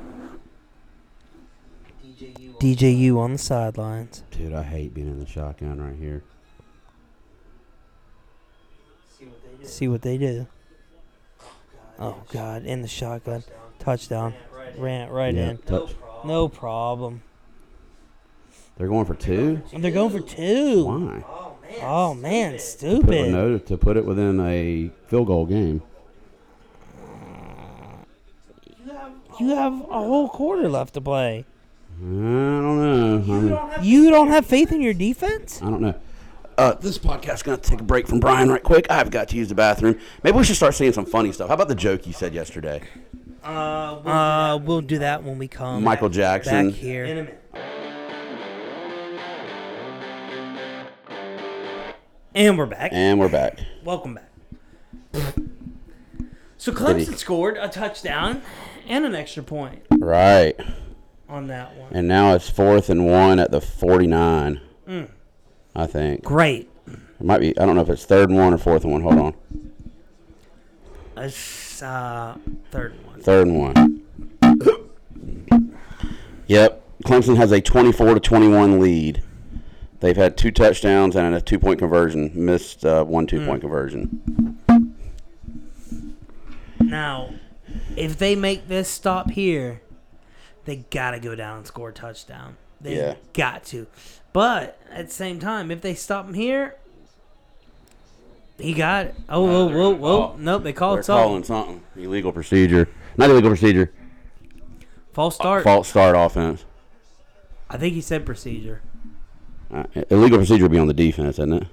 S4: DJ DJU.
S1: DJU on the sidelines.
S2: Dude, I hate being in the shotgun right here.
S4: See what they do.
S1: See what they do. Oh
S4: yeah.
S1: God! In the shotgun,
S4: Touchdown.
S1: touchdown,
S4: Right in.
S1: ran right
S2: Yeah.
S1: in.
S4: No
S2: Touch.
S4: problem.
S1: No problem.
S2: They're going for two.
S1: And they're going for two.
S2: Why?
S4: Oh man.
S1: Oh man,
S4: stupid.
S2: Put a
S1: stupid.
S2: note to put it within a field goal game.
S4: You have.
S1: You have a whole quarter left to play.
S2: I don't know. I
S4: You
S2: mean,
S4: don't have.
S1: You don't have faith in your defense?
S2: I don't know. Uh, this podcast's going to take a break from Brian right quick. I've got to use the bathroom. Maybe we should start saying some funny stuff. How about the joke you said yesterday?
S4: Uh, we'll
S1: Uh, we'll do that when we come.
S2: Michael Jackson.
S1: Back here.
S4: in a minute.
S1: And we're back.
S2: And we're back.
S1: Welcome back. So
S2: Did he-
S1: Clemson scored a touchdown and an extra point
S2: Right.
S1: on that one.
S2: And now it's fourth and one at the 49. I think.
S1: Mm. Great.
S2: It might be. I don't know if it's third and one or fourth and one. Hold on.
S1: It's uh, third one.
S2: Third and one. Yep. Clemson has a 24 to 21 lead. They've had two touchdowns and a two point conversion. Missed uh, one two
S1: Mm.
S2: point conversion.
S1: Now, if they make this stop here, they gotta go down and score a touchdown. They
S2: Yeah.
S1: got to. But at the same time, if they stop him here, he got it. Oh, whoa,
S2: they're
S1: whoa,
S2: gonna
S1: whoa!
S2: call-
S1: Nope, they call
S2: They're
S1: it all
S2: calling something. Illegal procedure. Not illegal procedure.
S1: false start.
S2: False start offense.
S1: I think he said procedure.
S2: Uh, illegal procedure would be on the defense, isn't it?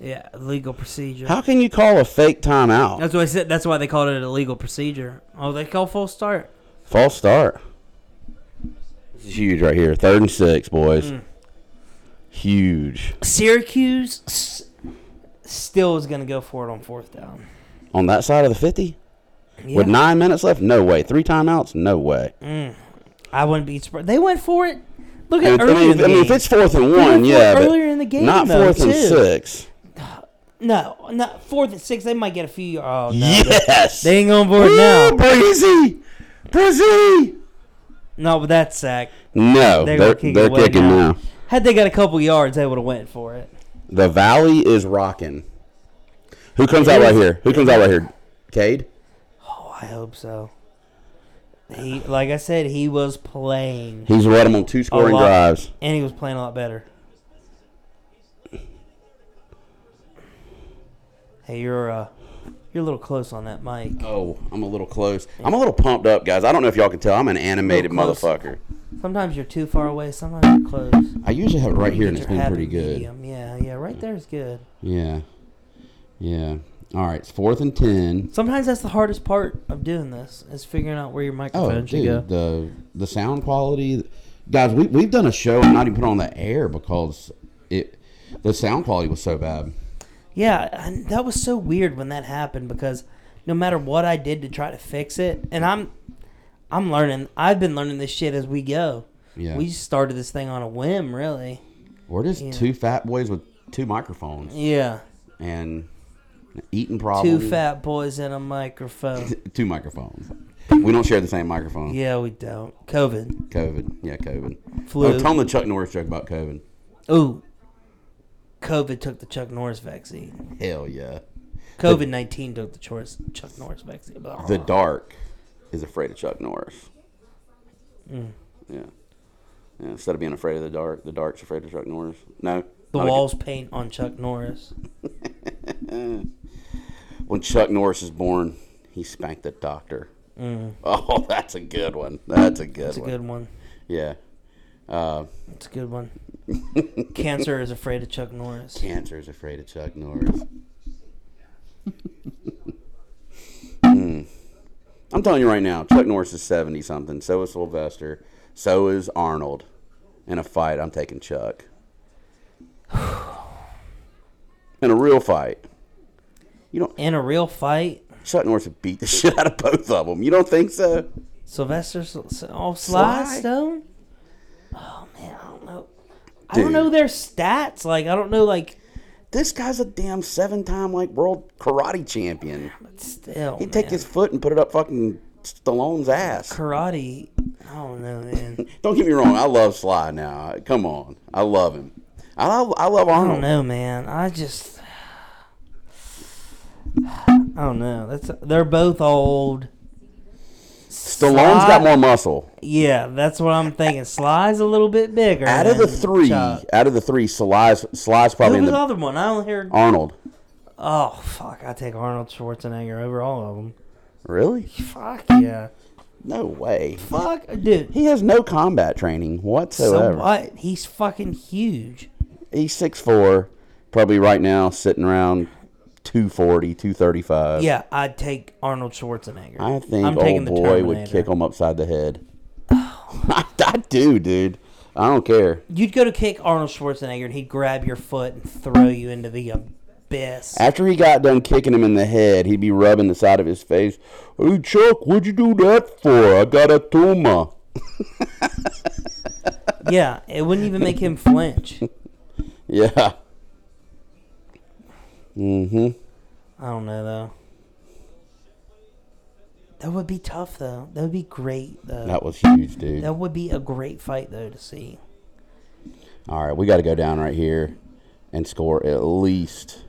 S1: Yeah, legal procedure.
S2: How can you call a fake timeout?
S1: That's what I said. That's why they called it an illegal procedure. Oh, they call full start.
S2: False start. This is huge right here. Third and six, boys.
S1: Mm.
S2: Huge.
S1: Syracuse s- still is going to go for it on fourth down.
S2: On that side of the 50?
S1: Yeah.
S2: With nine minutes left? No way. Three timeouts? No way.
S1: I wouldn't be surprised. They went for it. Look
S2: I mean,
S1: at earlier in
S2: if,
S1: the
S2: I mean,
S1: game.
S2: if it's fourth and
S1: went
S2: one,
S1: for it
S2: yeah. but
S1: earlier in the game,
S2: Not
S1: though,
S2: fourth and
S1: too.
S2: six.
S1: no, no, fourth and six, they might get a few. yar- Oh no, they-
S2: yes.
S1: they ain't going for it now.
S2: Woo, Breezy. Breezy.
S1: No, but that's sack.
S2: No,
S1: They
S2: they're,
S1: were
S2: they're
S1: kicking
S2: kicking,
S1: away now.
S2: now.
S1: Had they got a couple yards, they would have went for it.
S2: The Valley is rocking. Who comes out right here? Who comes out right here? Cade?
S1: Oh, I hope so. He, like I said, he was playing,
S2: He's led them on two scoring
S1: lot.
S2: drives.
S1: and he was playing a lot better. Hey, you're uh, you're a little close on that mic.
S2: Oh, I'm a little close. I'm a little pumped up, guys. I don't know if y'all can tell. I'm an animated
S1: Little close.
S2: motherfucker.
S1: Sometimes you're too far away. Sometimes you're close.
S2: I usually have it right here, and
S1: Get
S2: it's
S1: your
S2: been
S1: happy
S2: pretty good.
S1: medium. Yeah, yeah, right there is good.
S2: Yeah, yeah. All right, it's fourth and ten.
S1: Sometimes that's the hardest part of doing this is figuring out where your
S2: Oh,
S1: microphone should
S2: dude,
S1: go.
S2: the the sound quality, guys. We we've done a show and not even put on the air because it the sound quality was so bad.
S1: Yeah, and that was so weird when that happened because no matter what I did to try to fix it, and I'm I'm learning. I've been learning this shit as we go.
S2: Yeah,
S1: We just started this thing on a whim, really.
S2: we're just
S1: yeah.
S2: two fat boys with two microphones
S1: Yeah,
S2: and eating
S1: two
S2: problems.
S1: fat boys and a microphone.
S2: two microphones. We don't share the same microphone.
S1: yeah, we don't. COVID,
S2: COVID. Yeah, COVID.
S1: flu.
S2: Oh, tell them the Chuck Norris joke about COVID.
S1: Ooh, COVID took the Chuck Norris vaccine.
S2: Hell yeah.
S1: COVID nineteen took the choice Chuck Norris vaccine. Blah.
S2: The dark is afraid of Chuck Norris.
S1: Mm.
S2: Yeah. yeah. Instead of being afraid of the dark, the dark's afraid of Chuck Norris. No.
S1: the
S2: not again.
S1: walls paint on Chuck Norris.
S2: When Chuck Norris is born, he spanked the doctor. Oh, that's a good one. That's a good
S1: Mm. That's a
S2: one.
S1: good one.
S2: Yeah. Uh,
S1: That's a good one. Cancer is afraid of Chuck Norris.
S2: cancer is afraid of Chuck Norris. Hmm. I'm telling you right now, Chuck Norris is 70 something. So is Sylvester. So is Arnold. In a fight, I'm taking Chuck. In a real fight, you don't.
S1: In a real fight,
S2: Chuck Norris would beat the shit out of both of them. You don't think so?
S1: Sylvester S- S- oh, Sly,
S2: Sly?
S1: Stone. Oh man, I don't know. I
S2: Dude.
S1: don't know their stats. Like I don't know like
S2: This guy's a damn seven time like world karate champion.
S1: But still,
S2: He'd take
S1: man.
S2: his foot and put it up fucking Stallone's ass.
S1: karate. I don't know, man.
S2: Don't get me wrong, I love Sly now. Come on, I love him. I love, I love
S1: I don't
S2: Arnold.
S1: know, man. I just I don't know. That's they're both old.
S2: Stallone's got
S1: Sly-
S2: more muscle.
S1: Yeah, that's what I'm thinking. Sly's a little bit bigger.
S2: Out of the
S1: than
S2: three,
S1: Chuck.
S2: out of the three, Sly's Sly's
S1: who
S2: probably
S1: was
S2: in
S1: the
S2: the
S1: other one? I only heard.
S2: Arnold.
S1: Oh fuck! I take Arnold Schwarzenegger over all of them.
S2: Really?
S1: Fuck yeah.
S2: No way.
S1: Fuck, dude.
S2: He has no combat training
S1: So uh,
S2: whatsoever.
S1: what? He's fucking huge.
S2: He's six four, probably right now sitting around 240, 235.
S1: Yeah, I'd take Arnold Schwarzenegger.
S2: I think
S1: I'm taking
S2: old
S1: the
S2: boy would
S1: Terminator. Oh.
S2: kick him upside the head. I, I do, dude. I don't care.
S1: You'd go to kick Arnold Schwarzenegger, and he'd grab your foot and throw you into the abyss.
S2: After he got done kicking him in the head, he'd be rubbing the side of his face. Hey, Chuck, what'd you do that for? I got a tumor.
S1: yeah, it wouldn't even make him flinch.
S2: Yeah. Mm-hmm.
S1: I don't know though. That would be tough though. That would be great though.
S2: That was huge, dude.
S1: That would be a great fight though to see.
S2: All right, we got to go down right here and score at least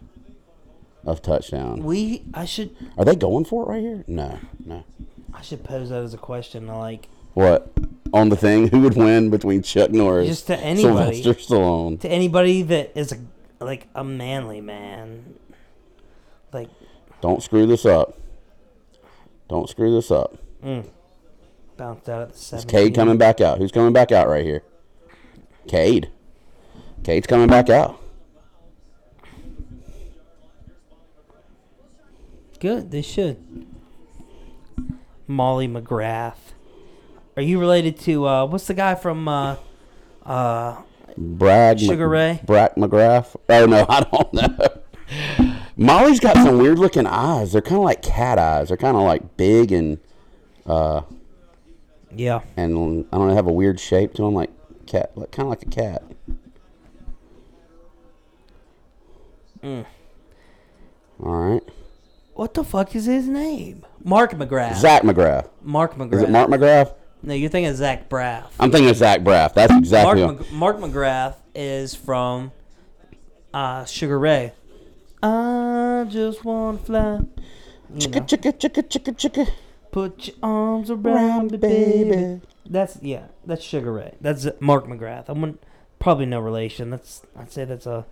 S2: a touchdown.
S1: We I should
S2: Are they going for it right here? No, no.
S1: I should pose that as a question like
S2: What on the thing? Who would win between Chuck Norris,
S1: Just to anybody.
S2: Sylvester Stallone?
S1: to anybody that is a, like a manly man. Like
S2: Don't screw this up. Don't screw this up.
S1: bounced out at the
S2: Is
S1: seven.
S2: Cade coming back out? Who's coming back out right here? Cade. Cade's coming back out.
S1: Good, they should. Molly McGrath. Are you related to uh what's the guy from uh uh
S2: Brad Mc-
S1: Sugar Ray?
S2: Brad McGraff. Oh no, I don't know. Molly's got some weird looking eyes. They're kind of like cat eyes. They're kind of like big and
S1: yeah.
S2: and I don't know, have a weird shape to them, like cat, like, kind of like a cat.
S1: Mm.
S2: All right,
S1: What the fuck is his name? Mark McGrath.
S2: Zach McGrath.
S1: Mark McGrath.
S2: Is it Mark McGrath?
S1: No, you're thinking of Zach Braff.
S2: I'm thinking of Zach Braff. That's
S1: Mark,
S2: exactly.
S1: Mc- Mark McGrath is from uh, Sugar Ray. I just want to fly. You know,
S2: Chicka chicka chicka chicka chicka.
S1: put your arms around
S2: Round
S1: me,
S2: the
S1: baby.
S2: baby.
S1: That's yeah. That's Sugar Ray. That's uh, Mark McGrath. I'm one- probably no relation. That's I'd say that's a.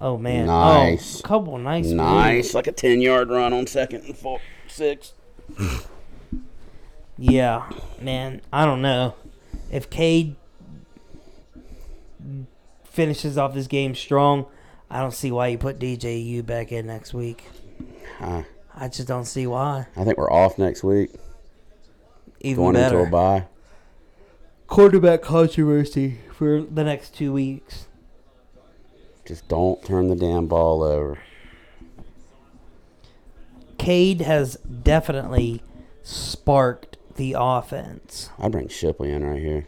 S1: Oh man.
S2: Nice.
S1: Oh, couple nice. moves.
S2: Nice, like a ten yard run on second and four, six.
S1: Yeah, man. I don't know if Cade finishes off this game strong. I don't see why you put DJU back in next week.
S2: Uh,
S1: I just don't see why.
S2: I think we're off next week.
S1: Even
S2: Going
S1: better.
S2: into a bye.
S1: Quarterback controversy for the next two weeks.
S2: Just don't turn the damn ball over.
S1: Cade has definitely sparked the offense,
S2: I bring Shipley in right here.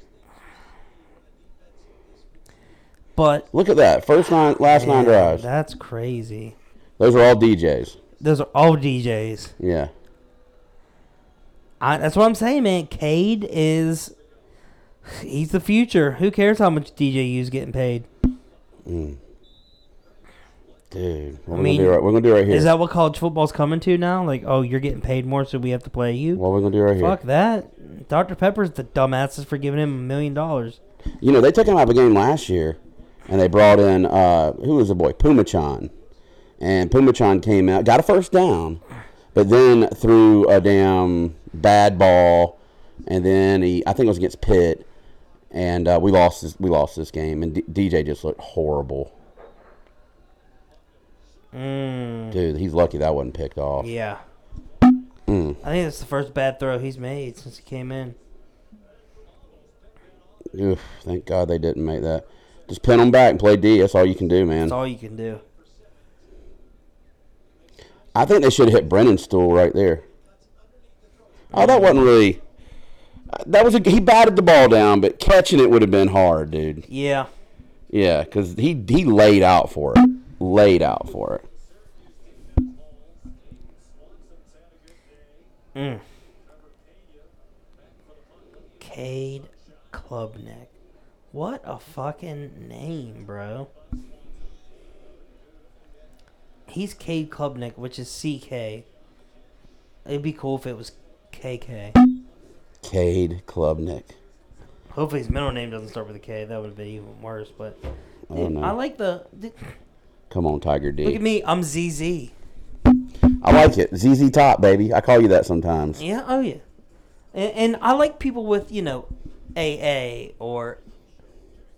S1: but
S2: Look at that first nine, last
S1: Man,
S2: nine drives.
S1: That's crazy.
S2: Those are all DJs.
S1: Those are oh, all DJs.
S2: Yeah.
S1: I, that's what I'm saying, man. Cade is. He's the future. Who cares how much DJU's getting paid?
S2: Dude, what
S1: I
S2: we're,
S1: mean,
S2: gonna do right, we're gonna do right here.
S1: Is that what college football's coming to now? Like, oh, you're getting paid more, so we have to play you?
S2: what we're gonna do right
S1: Fuck that. Dr. Pepper's the dumbasses for giving him a million dollars.
S2: here? You know, they took him out of a game last year, and they brought in uh, who was the boy Pumachan, and Pumachan came out, got a first down, but then threw a damn bad ball, and then he I think it was against Pitt, and uh, we lost this, we lost this game, and D- DJ just looked horrible. Dude, he's lucky that wasn't picked off.
S1: Yeah. I think that's the first bad throw he's made since he came in.
S2: Ugh, thank God they didn't make that. Just pin them back and play D. That's all you can do, man.
S1: That's all you can do.
S2: I think they should have hit Brennan's stool right there. Oh, that wasn't really. That was a, he batted the ball down, but catching it would have been hard, dude.
S1: Yeah.
S2: Yeah, because he he laid out for it. laid out for it.
S1: Mm. Cade Klubnik. What a fucking name, bro. He's Cade Klubnik, which is CK. It'd be cool if it was KK.
S2: Cade Klubnik.
S1: Hopefully his middle name doesn't start with a K. That would have been even worse. But
S2: I
S1: dude,
S2: don't know.
S1: I like the. th-
S2: Come on, Tiger
S1: Look at
S2: D.
S1: me. I'm ZZ.
S2: I like it. ZZ Top, baby. I call you that sometimes.
S1: Yeah, oh yeah. And, and I like people with, you know, AA or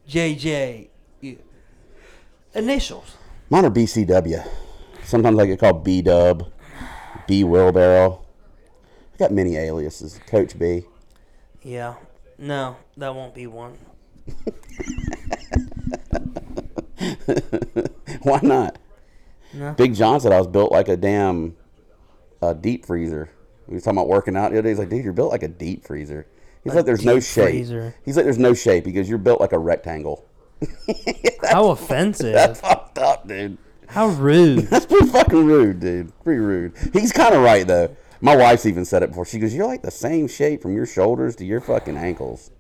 S1: JJ yeah. initials.
S2: Mine are BCW. Sometimes I get called B Dub, B Wheelbarrow. I got many aliases. Coach B.
S1: Yeah. No, that won't be one.
S2: Why not?
S1: No.
S2: Big John said I was built like a damn uh, deep freezer. We was talking about working out the other day. He's like, dude, you're built like a deep freezer. He's like, there's no
S1: deep
S2: shape.
S1: freezer.
S2: He's like, there's no shape. He goes, you're built like a rectangle.
S1: How offensive.
S2: That's fucked up, dude.
S1: How rude.
S2: That's pretty fucking rude, dude. Pretty rude. He's kind of right though. My wife's even said it before. She goes, "You're like the same shape from your shoulders to your fucking ankles."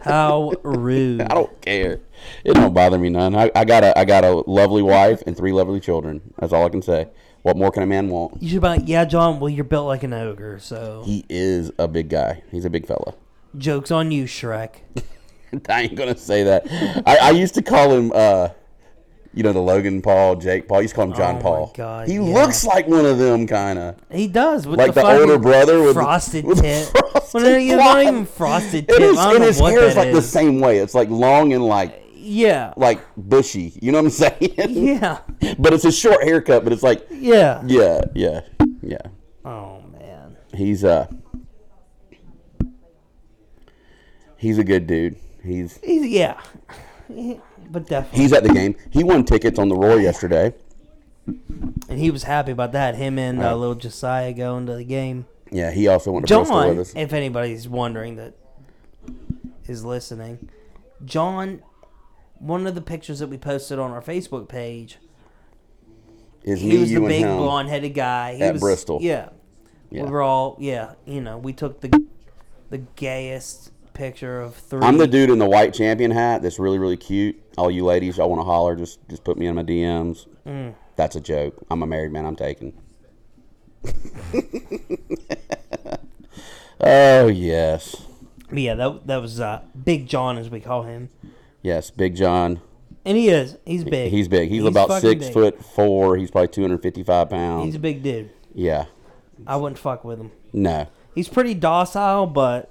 S1: How rude.
S2: I don't care. It don't bother me none. I, I got a I got a lovely wife and three lovely children. That's all I can say. What more can a man want?
S1: You should be like, yeah, John, well, you're built like an ogre, so.
S2: He is a big guy. He's a big fella.
S1: Joke's on you, Shrek.
S2: I ain't gonna say that. I, I used to call him, uh, you know, the Logan Paul, Jake Paul. I used to call him John
S1: Oh my
S2: Paul.
S1: God,
S2: he
S1: yeah.
S2: looks like one of them, kind of.
S1: He does. With
S2: Like
S1: the,
S2: the older
S1: fucking
S2: brother with the-
S1: frosted
S2: with the
S1: tip.
S2: frosted
S1: well, it's not
S2: blonde.
S1: even frosted tip.
S2: It is,
S1: I don't
S2: and
S1: know
S2: his
S1: what
S2: hair is
S1: that
S2: like the
S1: is.
S2: same way. It's like long and like
S1: Yeah.
S2: like bushy. You know what I'm saying?
S1: Yeah.
S2: But it's a short haircut. But it's like
S1: Yeah.
S2: yeah, yeah, yeah.
S1: Oh man.
S2: He's uh he's a good dude. He's
S1: He's yeah. But definitely,
S2: he's at the game. He won tickets on the Roy yesterday.
S1: and he was happy about that. Him and uh, little Josiah going to the game.
S2: Yeah, he also went to Bristol
S1: John,
S2: with us.
S1: if anybody's wondering that is listening, John, one of the pictures that we posted on our Facebook page,
S2: Is
S1: he
S2: me,
S1: was
S2: you,
S1: the
S2: and
S1: big
S2: him.
S1: blonde-headed guy he
S2: At
S1: was,
S2: Bristol.
S1: Yeah.
S2: Yeah.
S1: we were all yeah. You know, we took the the gayest picture of three.
S2: I'm the dude in the white champion hat that's really, really cute. All you ladies, y'all want to holler, just just put me in my DMs.
S1: Mm.
S2: That's a joke. I'm a married man. I'm taken. oh, yes.
S1: Yeah, that that was uh, Big John as we call him.
S2: Yes, Big John.
S1: And he is. He's big.
S2: He's big. He's, about
S1: fucking
S2: six
S1: big.
S2: foot four. He's probably 255 pounds.
S1: He's a big dude.
S2: yeah.
S1: I wouldn't fuck with him.
S2: No.
S1: He's pretty docile, but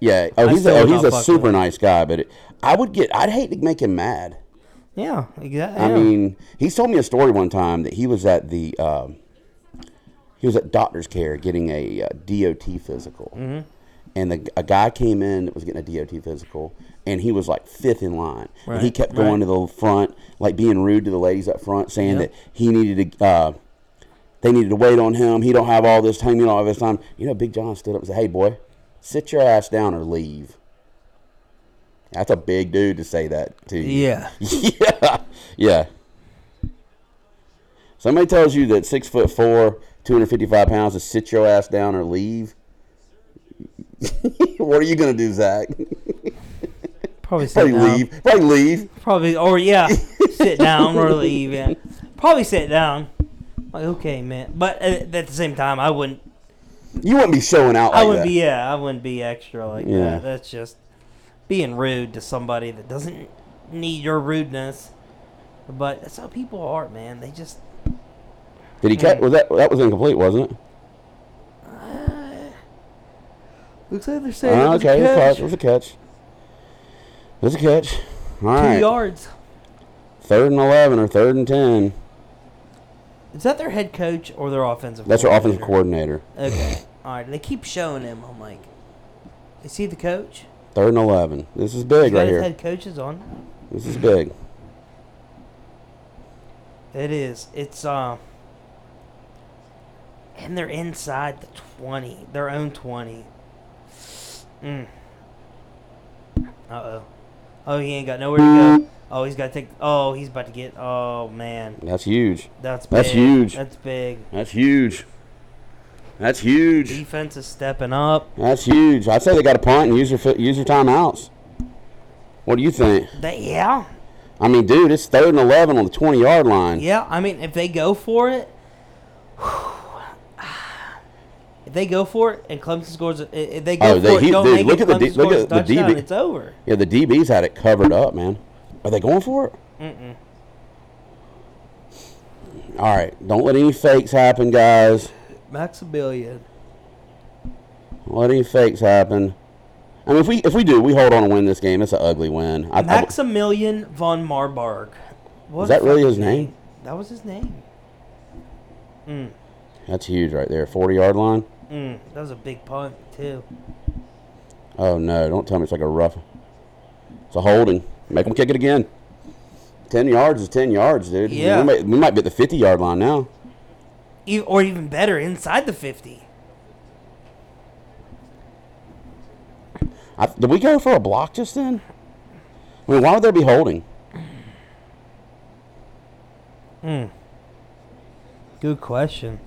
S2: Yeah. Oh, he's
S1: still
S2: a, oh,
S1: would
S2: he's
S1: not
S2: a
S1: fuck
S2: super
S1: with
S2: nice guy, but it, I would get. I'd hate to make him mad.
S1: yeah, exactly.
S2: I mean, he told me a story one time that he was at the um, he was at doctor's care getting a uh, DOT physical,
S1: Mm-hmm.
S2: and the, a guy came in that was getting a DOT physical, and he was like fifth in line, and he
S1: Right,
S2: kept going
S1: right.
S2: to the front, like being rude to the ladies up front, saying
S1: Yep.
S2: that he needed to. Uh, they needed to wait on him. He don't have all this time. You don't have this time. You know, Big John stood up and said, "Hey, boy, sit your ass down or leave." That's a big dude to say that to. you.
S1: yeah,
S2: Yeah, yeah. Somebody tells you that six foot four, two hundred fifty five pounds is sit your ass down or leave. what are you gonna do, Zach?
S1: probably sit
S2: Probably
S1: down.
S2: leave. Probably leave.
S1: Probably or yeah, sit down or leave. Yeah, probably sit down. Like okay, man. But uh, at, at the same time, I wouldn't.
S2: You wouldn't be showing out. Like
S1: I wouldn't
S2: that.
S1: be. Yeah, I wouldn't be extra like
S2: Yeah.
S1: that. That's just being rude to somebody that doesn't need your rudeness. But that's how people are, man. They just
S2: Did he cut? Was that that was incomplete, wasn't it?
S1: looks like they're saying
S2: Oh,
S1: it was a
S2: okay,
S1: catch.
S2: it was a catch. It was a catch. All right.
S1: two yards.
S2: Third and eleven or third and ten.
S1: Is that their head coach or their offensive?
S2: That's our offensive
S1: coordinator?
S2: coordinator.
S1: Okay, all right. They keep showing him. I'm like, is he the coach?
S2: Third and eleven. This is
S1: He's
S2: big
S1: got
S2: right
S1: his
S2: here.
S1: head coaches on.
S2: This is big.
S1: It is. It's um. And they're inside the twenty, their own twenty. Mm. Uh oh. Oh, he ain't got nowhere to go. Oh, he's got to take. Oh, he's about to get. Oh man,
S2: That's huge.
S1: that's big.
S2: That's huge.
S1: That's big.
S2: That's huge. That's huge.
S1: Defense is stepping up.
S2: That's huge. I'd say they got to punt and use their, use their timeouts. What do you think?
S1: They, yeah,
S2: I mean, dude, it's third and 11 on the 20 yard line.
S1: yeah. I mean, if they go for it, if they go for it, and Clemson scores, if they go
S2: Oh, they-
S1: for it,
S2: he-
S1: don't
S2: dude,
S1: make
S2: look
S1: it,
S2: at the
S1: Clemson
S2: D- look
S1: scores
S2: at
S1: a
S2: the DB.
S1: touchdown, It's over.
S2: Yeah, the DBs had it covered up, man. Are they going for it?
S1: Mm-mm.
S2: All right, don't let any fakes happen, guys.
S1: Maximilian.
S2: Don't let any fakes happen. I mean, if we if we do, we hold on to win this game. It's an ugly win. I, I-
S1: Maximilian von Marburg. What
S2: Is that
S1: the
S2: really
S1: fuck
S2: his name?
S1: That was his name. Mm,
S2: that's huge right there. 40 yard line.
S1: mm, that was a big punt too.
S2: Oh no! Don't tell me it's like a rough. It's a holding. Make them kick it again. Ten yards is ten yards, dude.
S1: Yeah.
S2: We might, we might be at the fifty yard line now.
S1: E- or even better, inside the fifty.
S2: I, did we go for a block just then? I mean, why would there be holding?
S1: Mm. Good question.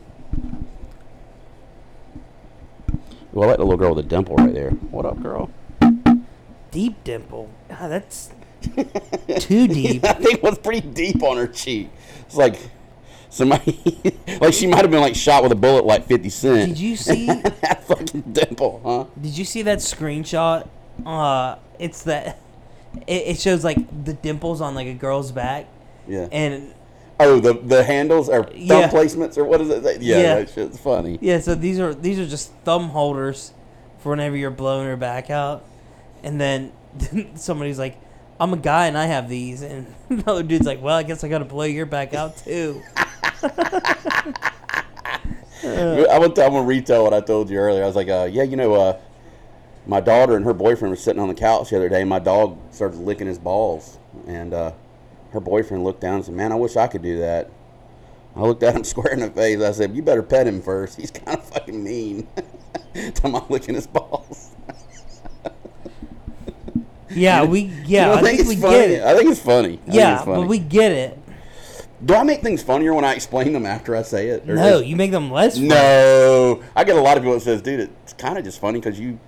S2: Well, I like the little girl with the dimple right there. What up, girl?
S1: Deep dimple. God, that's too deep.
S2: That thing was pretty deep on her cheek. It's like somebody, like she might have been like shot with a bullet, like Fifty Cent.
S1: Did you see?
S2: that fucking dimple, huh?
S1: Did you see that screenshot? Uh, it's that. It, it shows like the dimples on like a girl's back,
S2: Yeah.
S1: and
S2: oh, the the handles or thumb
S1: Yeah.
S2: placements or what is it? Yeah,
S1: Yeah.
S2: that shit's funny.
S1: Yeah, so these are these are just thumb holders for whenever you're blowing her back out, and then somebody's like, "I'm a guy and I have these," and the other dude's like, "Well, I guess I gotta blow your back out too."
S2: I went to, I'm gonna retell what I told you earlier. I was like, uh, yeah, you know, uh, my daughter and her boyfriend were sitting on the couch the other day, and my dog started licking his balls, and uh, her boyfriend looked down and said, "Man, I wish I could do that." I looked at him square in the face. I said, "You better pet him first. He's kind of fucking mean." Talking about licking his balls.
S1: Yeah, we yeah,
S2: You
S1: I
S2: don't
S1: think,
S2: it's
S1: we
S2: funny?
S1: get it.
S2: I think it's funny. I think
S1: yeah,
S2: it's funny.
S1: but we get it.
S2: do. I make things funnier when I explain them after I say it. or
S1: No,
S2: just-
S1: you make them less.
S2: No, I get a lot of people that says, "Dude, it's kind of just funny because you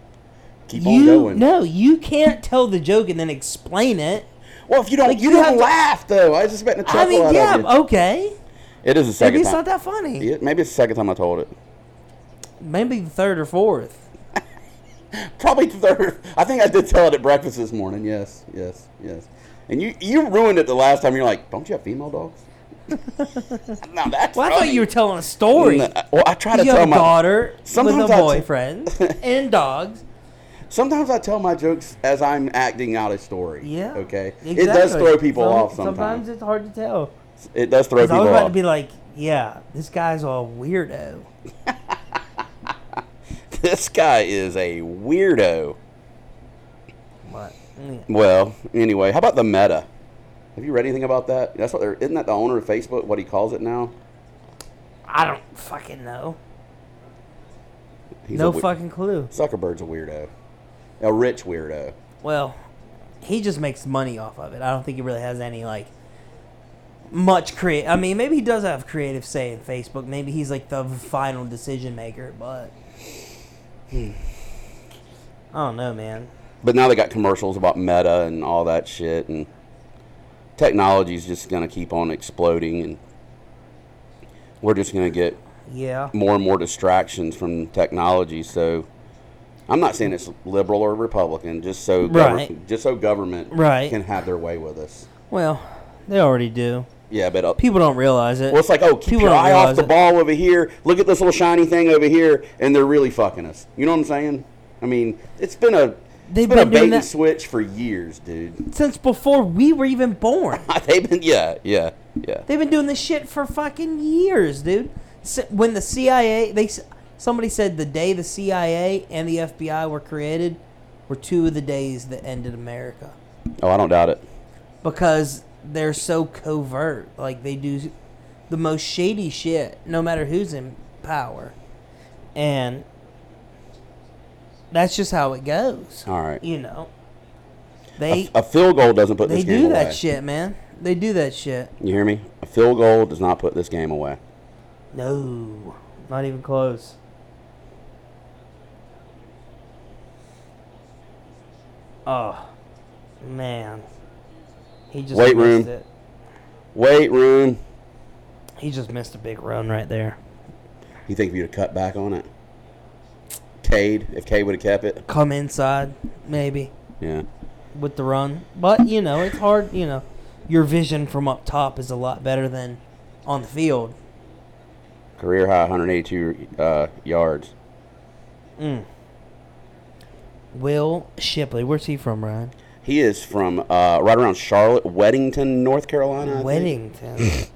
S2: keep on
S1: You
S2: going."
S1: no, you can't tell the joke and then explain it.
S2: Well, if you don't,
S1: Like,
S2: you,
S1: you
S2: don't
S1: have to-
S2: laugh though. I was expecting a chuckle
S1: I mean,
S2: out
S1: yeah, oh,
S2: of you.
S1: okay.
S2: It is the second
S1: Maybe it's
S2: time.
S1: not that funny.
S2: Yeah, maybe it's the second time I told it.
S1: Maybe the third or fourth.
S2: Probably the third. I think I did tell it at breakfast this morning. Yes, yes, yes. And you you ruined it the last time. You're like, don't you have female dogs? now that's.
S1: Well, I thought
S2: funny.
S1: you were telling a story.
S2: No, Well, I try to
S1: you
S2: tell
S1: have a
S2: my
S1: daughter with a
S2: Sometimes I t-
S1: boyfriend and dogs.
S2: Sometimes I tell my jokes as I'm acting out a story.
S1: Yeah.
S2: Okay. It does
S1: exactly.
S2: throw people
S1: Some-
S2: off sometimes.
S1: it's hard to tell.
S2: It does throw
S1: 'Cause I
S2: people
S1: was about
S2: off.
S1: to be like, yeah, this guy's a weirdo.
S2: this guy is a weirdo.
S1: But yeah.
S2: Well, anyway, how about the meta? Have you read anything about that? That's what they're isn't that the owner of Facebook, what he calls it now?
S1: I don't fucking know.
S2: He's
S1: no
S2: a we-
S1: fucking clue.
S2: Zuckerberg's a weirdo. A rich weirdo.
S1: Well, he just makes money off of it. I don't think he really has any like much create. I mean, maybe he does have creative say in Facebook. Maybe he's like the final decision maker. But I don't know, man.
S2: But now they got commercials about meta and all that shit and technology's just gonna keep on exploding and we're just gonna get
S1: Yeah.
S2: more and more distractions from technology. So I'm not saying it's liberal or Republican, just so gover-
S1: Right.
S2: just so government
S1: Right.
S2: can have their way with us.
S1: Well, they already do.
S2: Yeah, but uh,
S1: People don't realize it.
S2: well, it's like oh, keep
S1: people
S2: your
S1: don't
S2: eye off
S1: realize
S2: the
S1: it.
S2: ball over here. Look at this little shiny thing over here, and they're really fucking us. You know what I'm saying? I mean, it's been a
S1: They've
S2: it's been,
S1: been
S2: a
S1: doing
S2: bait and
S1: that-
S2: switch for years, dude.
S1: Since before we were even born,
S2: They've been yeah, yeah, yeah.
S1: they've been doing this shit for fucking years, dude. S- When the CIA, they s- somebody said the day the CIA and the FBI were created were two of the days that ended America
S2: Oh, I don't doubt it.
S1: because they're so covert. Like they do the most shady shit, no matter who's in power, and that's just how it goes.
S2: All right.
S1: You know, They
S2: A field goal doesn't put
S1: they
S2: this game
S1: do that
S2: away.
S1: shit, man. They do that shit.
S2: You hear me? A field goal does not put this game away.
S1: No, not even close. Oh man, he just
S2: Weight
S1: missed
S2: room.
S1: It.
S2: Weight room.
S1: He just missed a big run right there.
S2: You think if you'd have cut back on it? Cade, if Cade would have kept it,
S1: Come inside, maybe
S2: yeah.
S1: with the run, but you know it's hard. You know, your vision from up top is a lot better than on the field.
S2: Career high 182 uh, yards.
S1: Mm. Will Shipley, where's he from, Ryan?
S2: He is from uh, right around Charlotte, Weddington, North Carolina. I think.
S1: Weddington.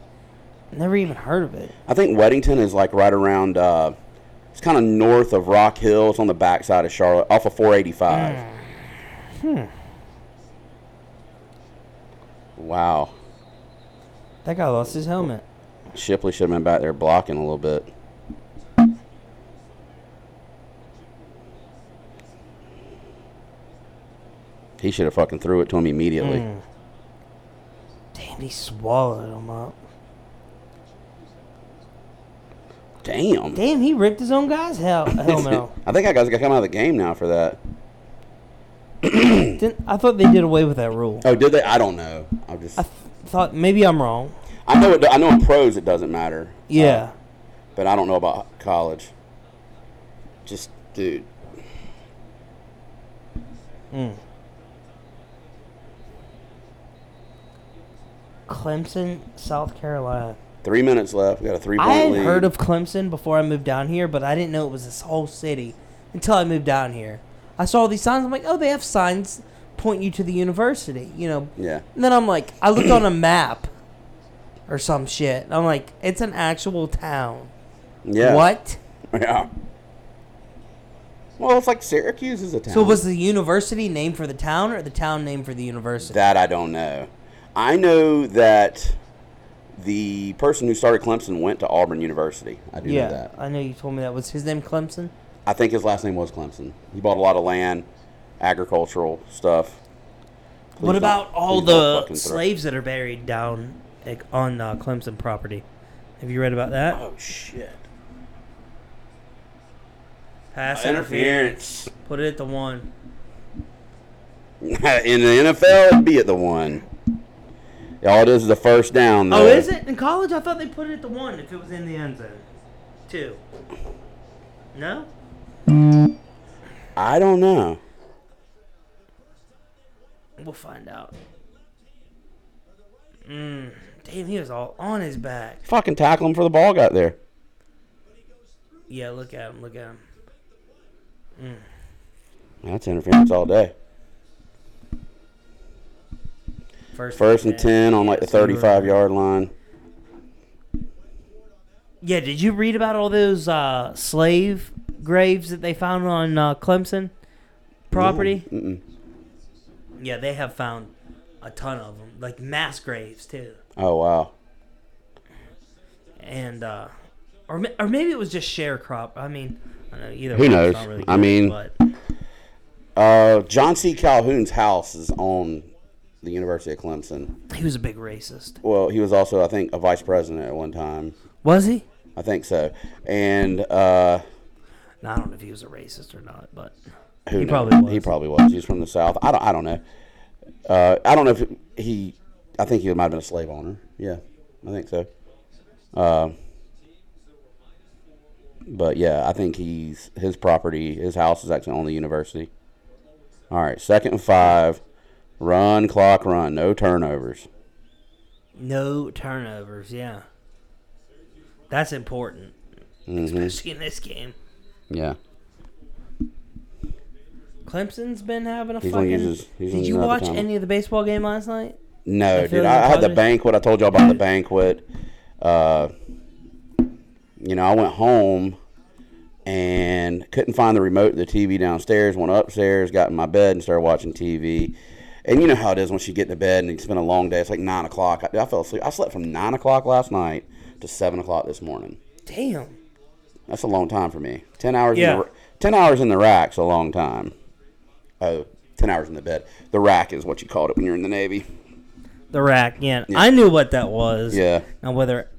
S1: Never even heard of it.
S2: I think Weddington is like right around. Uh, it's kind of north of Rock Hill. It's on the backside of Charlotte, off of 485. Wow,
S1: That guy lost his helmet.
S2: Shipley should have been back there blocking a little bit. He should have fucking threw it to him immediately.
S1: Mm. Damn, he swallowed him up.
S2: Damn.
S1: Damn, he ripped his own guy's hel- helmet off.
S2: I think I guys got come out of the game now for that.
S1: Didn't, I thought they did away with that rule.
S2: Oh, did they? I don't know. I just
S1: I th- thought maybe I'm wrong.
S2: I know it. I know in pros it doesn't matter.
S1: Yeah.
S2: but I don't know about college. Just dude,
S1: Mm. Uh, Clemson, South Carolina.
S2: three minutes left. We got a three point
S1: I had
S2: lead.
S1: heard of Clemson before I moved down here, but I didn't know it was this whole city until I moved down here. I saw these signs. I'm like, oh, they have signs point you to the university, you know.
S2: yeah.
S1: And then I'm like, I looked on a map or some shit. And I'm like, it's an actual town.
S2: Yeah.
S1: What?
S2: Yeah. Well, it's like Syracuse is a town.
S1: So was the university named for the town or the town named for the university?
S2: that I don't know. I know that the person who started Clemson went to Auburn University. I do
S1: yeah,
S2: know that.
S1: I know you told me that was his name, Clemson.
S2: I think his last name was Clemson. He bought a lot of land, agricultural stuff. Please
S1: what
S2: don't-
S1: about all
S2: please don't
S1: the
S2: fucking throw-
S1: slaves that are buried down like, on uh, Clemson property? Have you read about that?
S2: Oh shit!
S1: Pass
S2: Interference.
S1: Put it at the one.
S2: In the NFL, it'd be at the one. All it is is a first down.
S1: Oh,
S2: though.
S1: is it? In college, I thought they put it at the one if it was in the end zone. Two. No?
S2: I don't know.
S1: We'll find out. Mm. Damn, he was all on his back.
S2: Fucking tackle him for the ball got there.
S1: Yeah, look at him. Look at him.
S2: That's interference all day.
S1: First,
S2: First and ten on like the thirty-five yard line.
S1: Yeah, did you read about all those uh, slave graves that they found on uh, Clemson property?
S2: Mm-mm.
S1: Yeah, they have found a ton of them, like mass graves too.
S2: Oh wow.
S1: and uh, or ma- or maybe it was just sharecrop. I mean, I don't know either.
S2: Who
S1: way, it's
S2: knows?
S1: not
S2: I mean-
S1: but
S2: Uh, John C. Calhoun's house is on the University of Clemson.
S1: he was a big racist.
S2: Well, he was also, I think, a vice president at one time.
S1: Was he?
S2: I think so. And uh,
S1: No, I don't know if he was a racist or not, but
S2: Who
S1: he
S2: knows?
S1: probably was.
S2: He probably was. He's from the South. I don't. I don't know. Uh, I don't know if he. I think he might have been a slave owner. Yeah, I think so. Uh, but yeah, I think he's his property. His house is actually on the university. All right, second and five. Run clock, run. No turnovers.
S1: no turnovers. Yeah, that's important,
S2: hmm
S1: especially in this game.
S2: Yeah.
S1: Clemson's been having a
S2: He's gonna
S1: fucking.
S2: use his- he's gonna
S1: Did you
S2: use another
S1: watch
S2: timeout.
S1: any of the baseball game last night?
S2: No,
S1: I feel
S2: dude.
S1: you
S2: I, I had the
S1: probably-
S2: banquet. I told you all about the banquet. Uh, you know, I went home and couldn't find the remote, the TV downstairs. Went upstairs, got in my bed, and started watching TV. And you know how it is once you get to bed and it's been a long day. It's like nine o'clock. I, I fell asleep. I slept from nine o'clock last night to seven o'clock this morning.
S1: Damn.
S2: That's a long time for me. Ten hours. In
S1: Yeah.
S2: the, ra- ten hours in the rack's a long time. Oh, ten hours in the bed. The rack is what you called it when you're in the Navy.
S3: The rack, yeah.
S2: Yeah.
S3: I knew what that was.
S2: Yeah.
S3: Now whether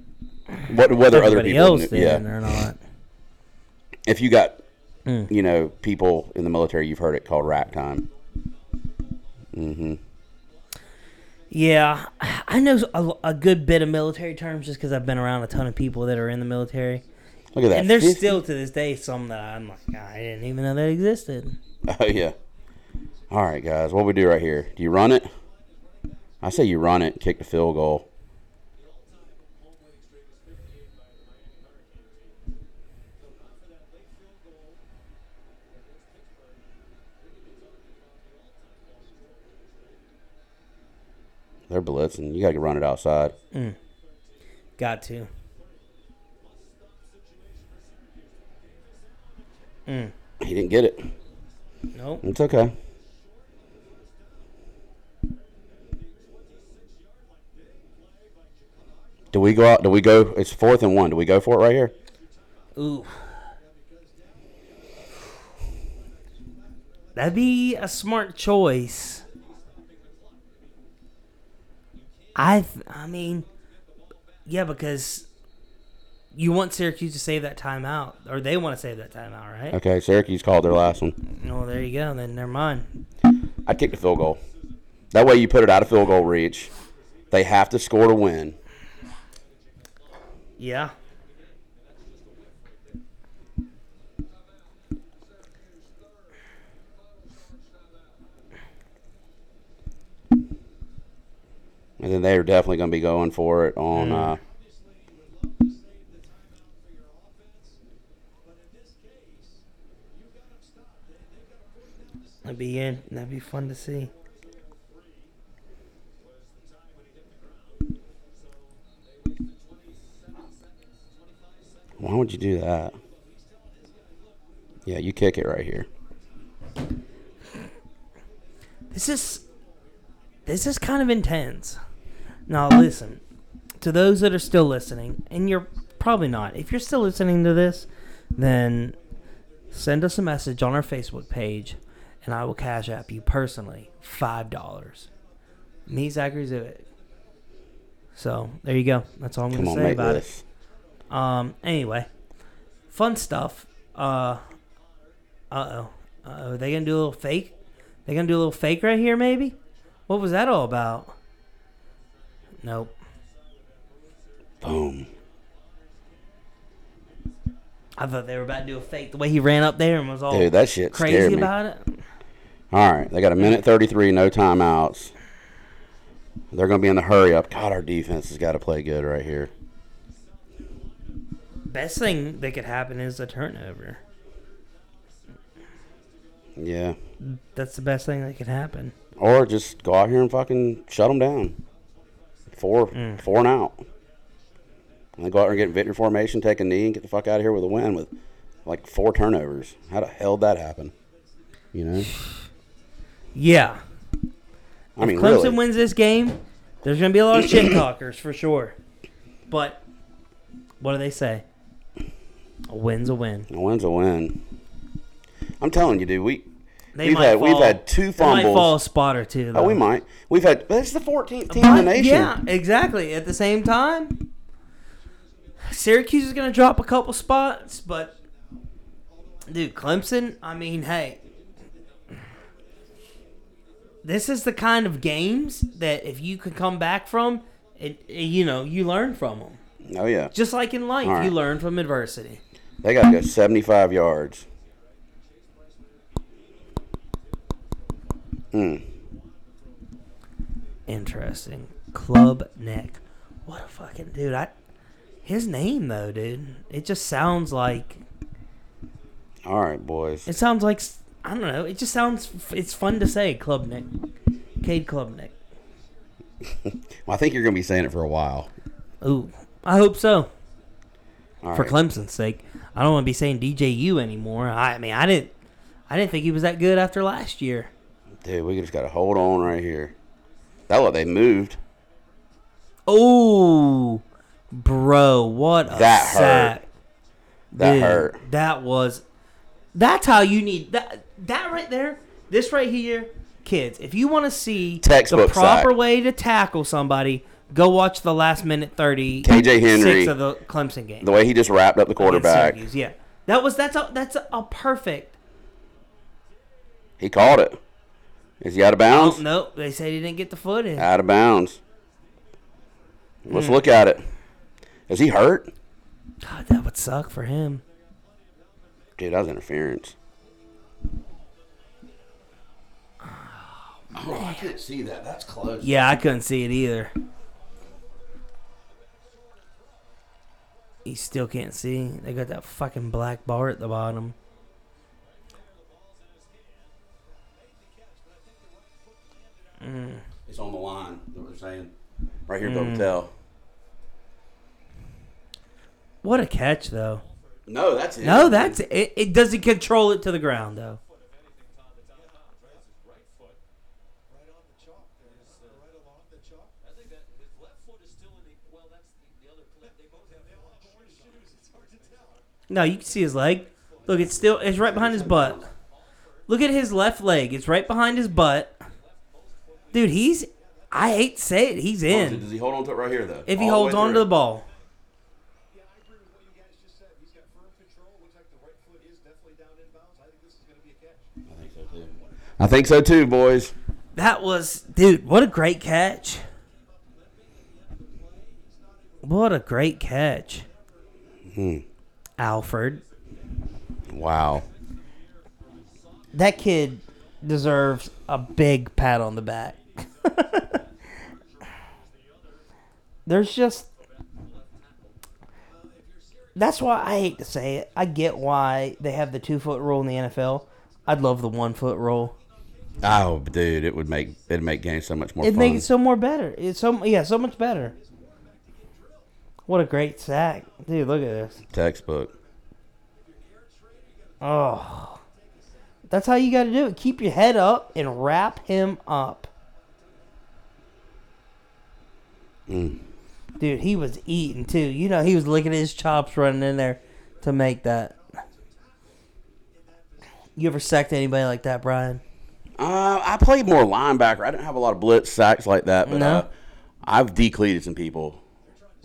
S2: What whether other
S3: everybody
S2: people
S3: else
S2: knew-
S3: did
S2: yeah.
S3: or not.
S2: if you got
S3: Hmm.
S2: you know people in the military you've heard it called rack time mm-hmm
S3: Yeah, I know a, a good bit of military terms just because I've been around a ton of people that are in the military,
S2: look at that
S3: and there's
S2: 50
S3: still to this day some that I'm like, "Ah, I didn't even know that existed.
S2: oh yeah all right guys what we do right here do you run it i say you run it kick the field goal They're blitzing. You gotta run it outside.
S3: Got to.
S2: He didn't get it.
S3: Nope.
S2: It's okay. Do we go out? Do we go? It's fourth and one. Do we go for it right here?
S3: Ooh. That'd be a smart choice. I th- I mean, yeah, because you want Syracuse to save that timeout, or they want to save that timeout, right?
S2: Okay. Syracuse called their last one.
S3: No, there you go. Then never mind.
S2: I'd kick the field goal. That way you put it out of field goal reach. They have to score to win.
S3: Yeah.
S2: And then they're definitely going to be going for it on.
S3: Mm.
S2: Uh,
S3: That'd be in. That'd be fun to see.
S2: why would you do that? Yeah, you kick it right here.
S3: This is this is kind of intense. Now listen, to those that are still listening, and you're probably not. If you're still listening to this, then send us a message on our Facebook page, and I will cash app you personally five dollars. Me Zachary Zivit. So there you go. That's all I'm
S2: Come
S3: gonna
S2: on,
S3: say
S2: make
S3: about it.
S2: this.
S3: Um. Anyway, fun stuff. Uh. Uh oh. Uh oh. They gonna do a little fake? They gonna do a little fake right here? Maybe. What was that all about? Nope.
S2: Boom.
S3: I thought they were about to do a fake. The way he ran up there and was all
S2: Dude, that shit scared
S3: crazy
S2: me.
S3: about it.
S2: All right, they got a minute 33, no timeouts. They're going to be in the hurry up. God, our defense has got to play good right here.
S3: Best thing that could happen is a turnover.
S2: Yeah.
S3: That's the best thing that could happen.
S2: Or just go out here and fucking shut them down. Four,
S3: Mm.
S2: four and out. And then go out there and get in victory formation, take a knee, and get the fuck out of here with a win with like four turnovers. How the hell did that happen? You know?
S3: Yeah.
S2: I mean,
S3: Clemson
S2: really.
S3: wins this game. There's gonna be a lot of shit talkers for sure. But what do they say? A win's a win.
S2: A win's a win. I'm telling you, dude, we.
S3: They
S2: we've
S3: might
S2: had
S3: fall,
S2: we've had two
S3: They might
S2: fumbles.
S3: fall a spot or two.
S2: Oh, we
S3: though.
S2: might. We've had. That's the 14th team in the
S3: But,
S2: nation.
S3: yeah, exactly. At the same time, Syracuse is going to drop a couple spots, but dude, Clemson. I mean, hey, this is the kind of games that if you can come back from, it, it- you know you learn from them.
S2: Oh yeah.
S3: Just like in life,
S2: All right.
S3: you learn from adversity.
S2: They got to go 75 yards. Mm.
S3: Interesting. Club Neck. What a fucking dude. I his name though, dude. It just sounds like
S2: All right, boys.
S3: it sounds like s- I don't know. It just sounds it's fun to say Club Neck. Cade Club Neck.
S2: Well, I think you're going to be saying it for a while.
S3: Ooh. I hope so.
S2: All
S3: For
S2: right.
S3: Clemson's sake. I don't want to be saying DJU anymore. I, I mean, I didn't I didn't think he was that good after last year.
S2: Dude, we just got to hold on right here. That look, they moved.
S3: Oh, bro, what a
S2: That hurt.
S3: sack.
S2: That hurt.
S3: That was. That's how you need that. That right there. This right here
S1: kids, if you want to see
S2: Textbook
S1: the proper
S2: sack.
S1: way to tackle somebody, go watch the last minute thirty.
S2: K.J. Henry,
S1: six of the Clemson game.
S2: The way he just wrapped up the
S1: against
S2: quarterback,
S1: Syracuse, Yeah, that was that's a that's a, a perfect.
S2: he caught it. Is he out of bounds?
S1: Oh, nope, they said he didn't get the foot in.
S2: Out of bounds. Let's
S1: Hmm.
S2: look at it. Is he hurt?
S1: God, that would suck for him.
S2: Dude, that was interference. Oh, I couldn't see that. That's close.
S1: Yeah, I couldn't see it either. You still can't see. They got that fucking black bar at the bottom.
S2: It's on the line. What they're saying. Right here,
S1: Hmm.
S2: don't tell.
S1: What a catch, though.
S2: No, that's it.
S1: No, Oh, that's it. It doesn't control it to the ground, though. No, you can see his leg. Look, it's still it's right behind his butt. Look at his left leg. It's right behind his butt. Dude, he's I hate to say it, he's in.
S2: Does he hold on to it right here though?
S1: If he holds on to the ball.
S5: Yeah, I agree with what you guys just said. He's got firm control. Looks like the right foot is definitely down inbounds. I think this is going to be a catch.
S2: I think so too. I think so too, boys.
S1: That was, dude, what a great catch. What a great catch. Alfred.
S2: Wow.
S1: That kid deserves a big pat on the back. There's just. That's why I hate to say it. I get why they have the two foot rule in the NFL. I'd love the one foot rule.
S2: Oh, dude, it would make it'd make games so much more
S1: It
S2: fun.
S1: makes it so more better. It's so yeah, so much better. What a great sack, dude! Look at this.
S2: textbook.
S1: Oh, that's how you got to do it. Keep your head up and wrap him up, dude. He was eating too. You know, he was licking his chops running in there to make that. You ever sacked anybody like that, Brian?
S2: Uh, I played more linebacker. I didn't have a lot of blitz sacks like that, but
S1: No.
S2: uh, I've decleated some people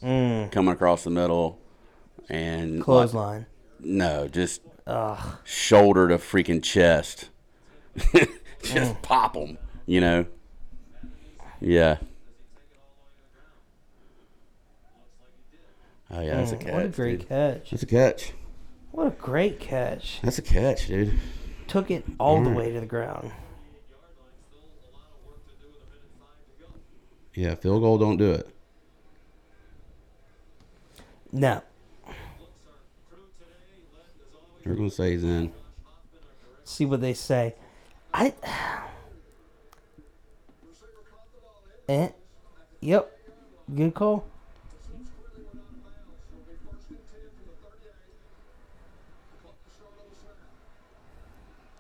S1: Mm.
S2: coming across the middle and
S1: Clothesline.
S2: like, no, just
S1: Ugh.
S2: shoulder to freaking chest, just
S1: Mm.
S2: pop them, you know. Yeah. Oh yeah, that's a catch.
S1: What a great
S2: dude.
S1: catch.
S2: That's a catch.
S1: What a great catch.
S2: That's a catch, dude.
S1: took it all
S2: Mm.
S1: the way to the ground.
S2: Yeah, field goal, don't do it.
S1: No.
S2: They're gonna say he's in.
S1: See what they say. I. Eh. Yep. Good call.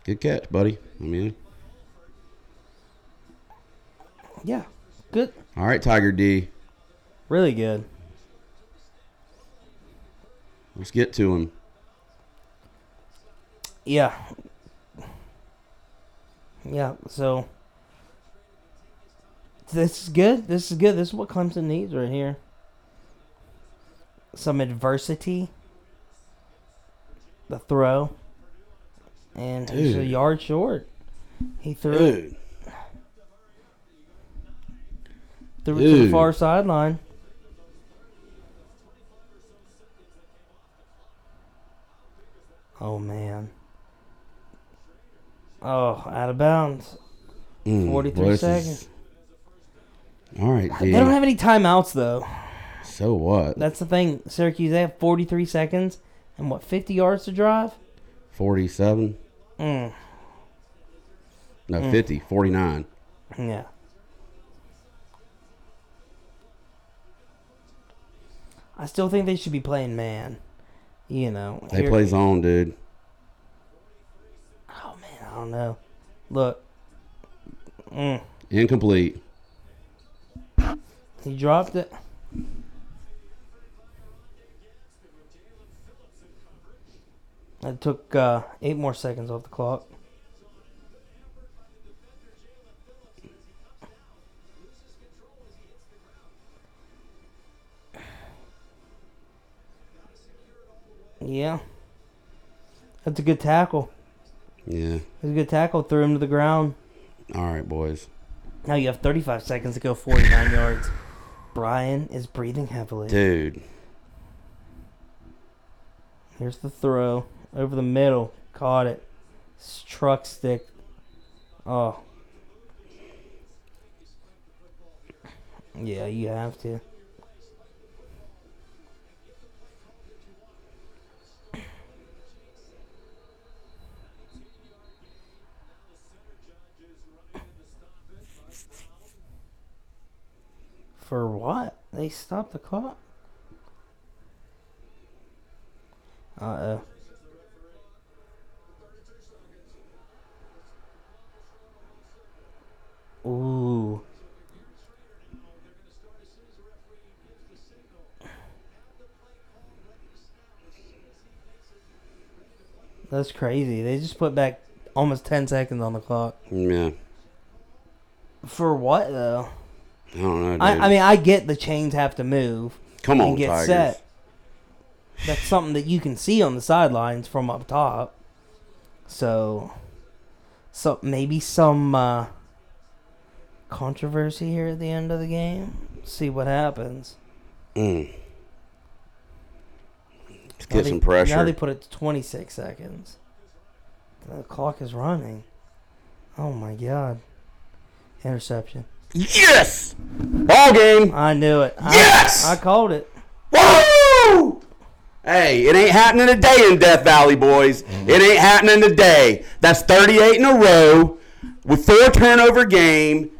S2: Good catch, buddy. I mean,
S1: Yeah. Good.
S2: all right, Tiger D.
S1: Really good.
S2: Let's get to him.
S1: Yeah. Yeah. So. This is good. This is good. This is what Clemson needs right here. Some adversity. The throw. And he's a
S2: Dude.
S1: yard short. He threw it
S2: Dude,
S1: threw it to the
S2: Dude.
S1: far sideline. Oh man. Oh, out of bounds.
S2: Mm,
S1: 43
S2: well, this
S1: seconds.
S2: All right,
S1: They
S2: D.
S1: don't have any timeouts though.
S2: so what?
S1: That's the thing. Syracuse they have 43 seconds and what 50 yards to drive.
S2: Forty-seven?
S1: Mm,
S2: No, fifty. Forty-nine.
S1: yeah. I still think they should be playing man. You know,
S2: They
S1: here-
S2: play zone, dude.
S1: Oh man, I don't know. Look, mm,
S2: Incomplete.
S1: he dropped it. That took uh, eight more seconds off the clock. Yeah. That's a good tackle.
S2: Yeah.
S1: That's a good tackle. Threw him to the ground.
S2: All right, boys.
S1: Now you have 35 seconds to go 49 yards. Brian is breathing heavily.
S2: Dude.
S1: Here's the throw over the middle. Caught it. Truck stick. Oh. Yeah, you have to. For what? They stopped the clock? Uh oh. Ooh. That's crazy. They just put back almost 10 seconds on the clock.
S2: Yeah.
S1: For what, though?
S2: I don't know, dude.
S1: I, I mean, I get the chains have to move
S2: come on,
S1: and get
S2: Tigers.
S1: set. That's something that you can see on the sidelines from up top. So, so maybe some uh, controversy here at the end of the game. See what happens.
S2: Mm. Let's
S1: Now
S2: get
S1: they-
S2: some
S1: Now
S2: pressure.
S1: they put it to 26 seconds. The clock is running. Oh my god. Interception.
S2: yes! Ball game!
S1: I knew it. I-
S2: Yes!
S1: I called it.
S2: Woo! Hey, it ain't happening today in Death Valley, boys. It ain't happening today. That's 38 in a row with four turnover game,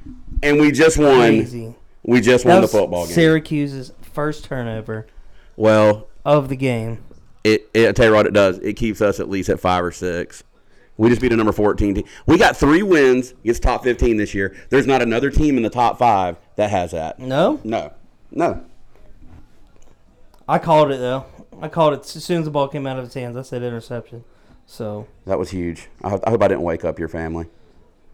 S2: and we just won.
S1: Easy.
S2: We just
S1: That
S2: won the
S1: was
S2: football game.
S1: Syracuse's first turnover
S2: well,
S1: of the game.
S2: it, it I tell you what it does. It keeps us at least at five or six. We just beat a number fourteen team. We got three wins against top fifteen this year. There's not another team in the top five that has that.
S1: No?
S2: No, no.
S1: I called it though. I called it as soon as the ball came out of his hands. I said interception. So,
S2: That was huge. I, ho- I hope I didn't wake up your family.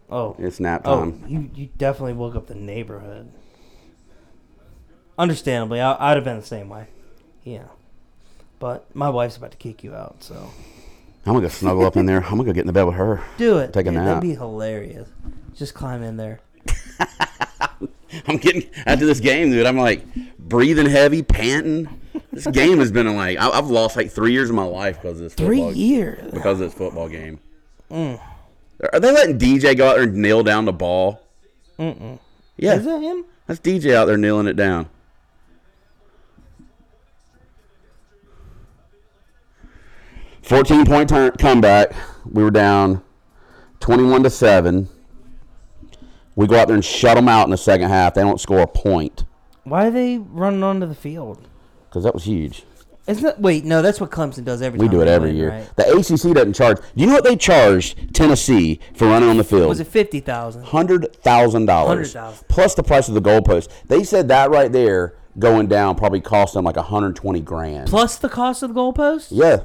S1: oh,
S2: It's nap
S1: oh,
S2: time.
S1: you you definitely woke up the neighborhood. Understandably, I, I'd have been the same way. Yeah, but my wife's about to kick you out, so
S2: I'm gonna go snuggle up in there. I'm gonna go get in the bed with her.
S1: do it.
S2: Take a
S1: dude.
S2: nap.
S1: That'd be hilarious. Just climb in there.
S2: I'm getting after this game, dude. I'm like breathing heavy, panting. This game has been like I, I've lost like three years of my life because of this.
S1: Three
S2: football-
S1: years. Mm.
S2: because of this football game. Are they letting DJ go out there and nail down the ball?
S1: Mm-mm.
S2: Yeah,
S1: Is that him?
S2: that's DJ out there nailing it down. Fourteen point turn comeback. We were down twenty-one to seven. We go out there and shut them out in the second half. They don't score a point
S1: Why are they running onto the field?
S2: because that was huge.
S1: Isn't that, wait, no, that's what Clemson does every
S2: We
S1: time.
S2: do it
S1: they
S2: every
S1: win,
S2: year.
S1: right?
S2: The ACC doesn't charge. Do you know what they charged Tennessee for running on the field?
S1: Was it fifty thousand?
S2: hundred thousand dollars
S1: $100,000.
S2: plus the price of the goalpost. They said that right there going down probably cost them like hundred twenty grand.
S1: Plus the cost of the goalpost?
S2: yeah,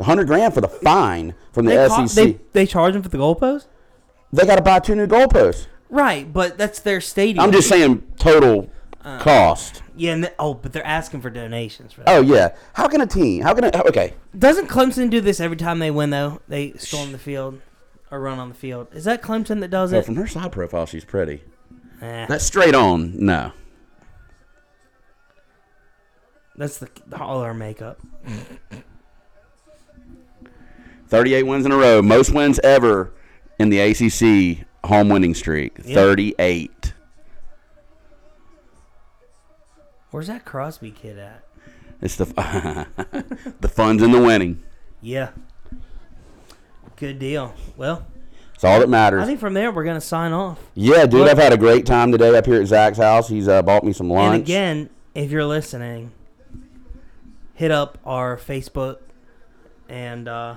S2: hundred grand for the fine from the
S1: They, ca-
S2: SEC.
S1: they they charge him for the goalpost?
S2: they got to buy two new goalposts.
S1: Right, but that's their stadium.
S2: I'm just saying total cost.
S1: Yeah, and th- oh, but they're asking for donations for that.
S2: Oh yeah, how can a team? How can a okay?
S1: Doesn't Clemson do this every time they win though? They storm the field or run on the field. Is that Clemson that does
S2: Well,
S1: it?
S2: from her side profile, she's pretty.
S1: Nah,
S2: That's straight on. No,
S1: that's the all our makeup.
S2: thirty-eight wins in a row, most wins ever in the ACC home winning streak. Thirty-eight.
S1: Where's that Crosby kid at?
S2: It's the the funds in the winning.
S1: Yeah. Good deal. Well,
S2: It's all that
S1: I
S2: matters.
S1: think from there we're gonna sign off.
S2: yeah, dude, I've had a great time today up here at Zach's house. He's uh, bought me some lunch.
S1: And again, if you're listening, hit up our Facebook and uh,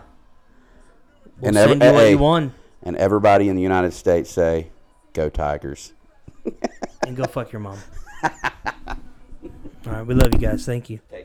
S1: we'll
S2: And ev-
S1: send you what
S2: hey.
S1: you won
S2: and everybody in the United States say, "Go Tigers."
S1: and go fuck your mom. All right, we love you guys. Thank you.
S2: Take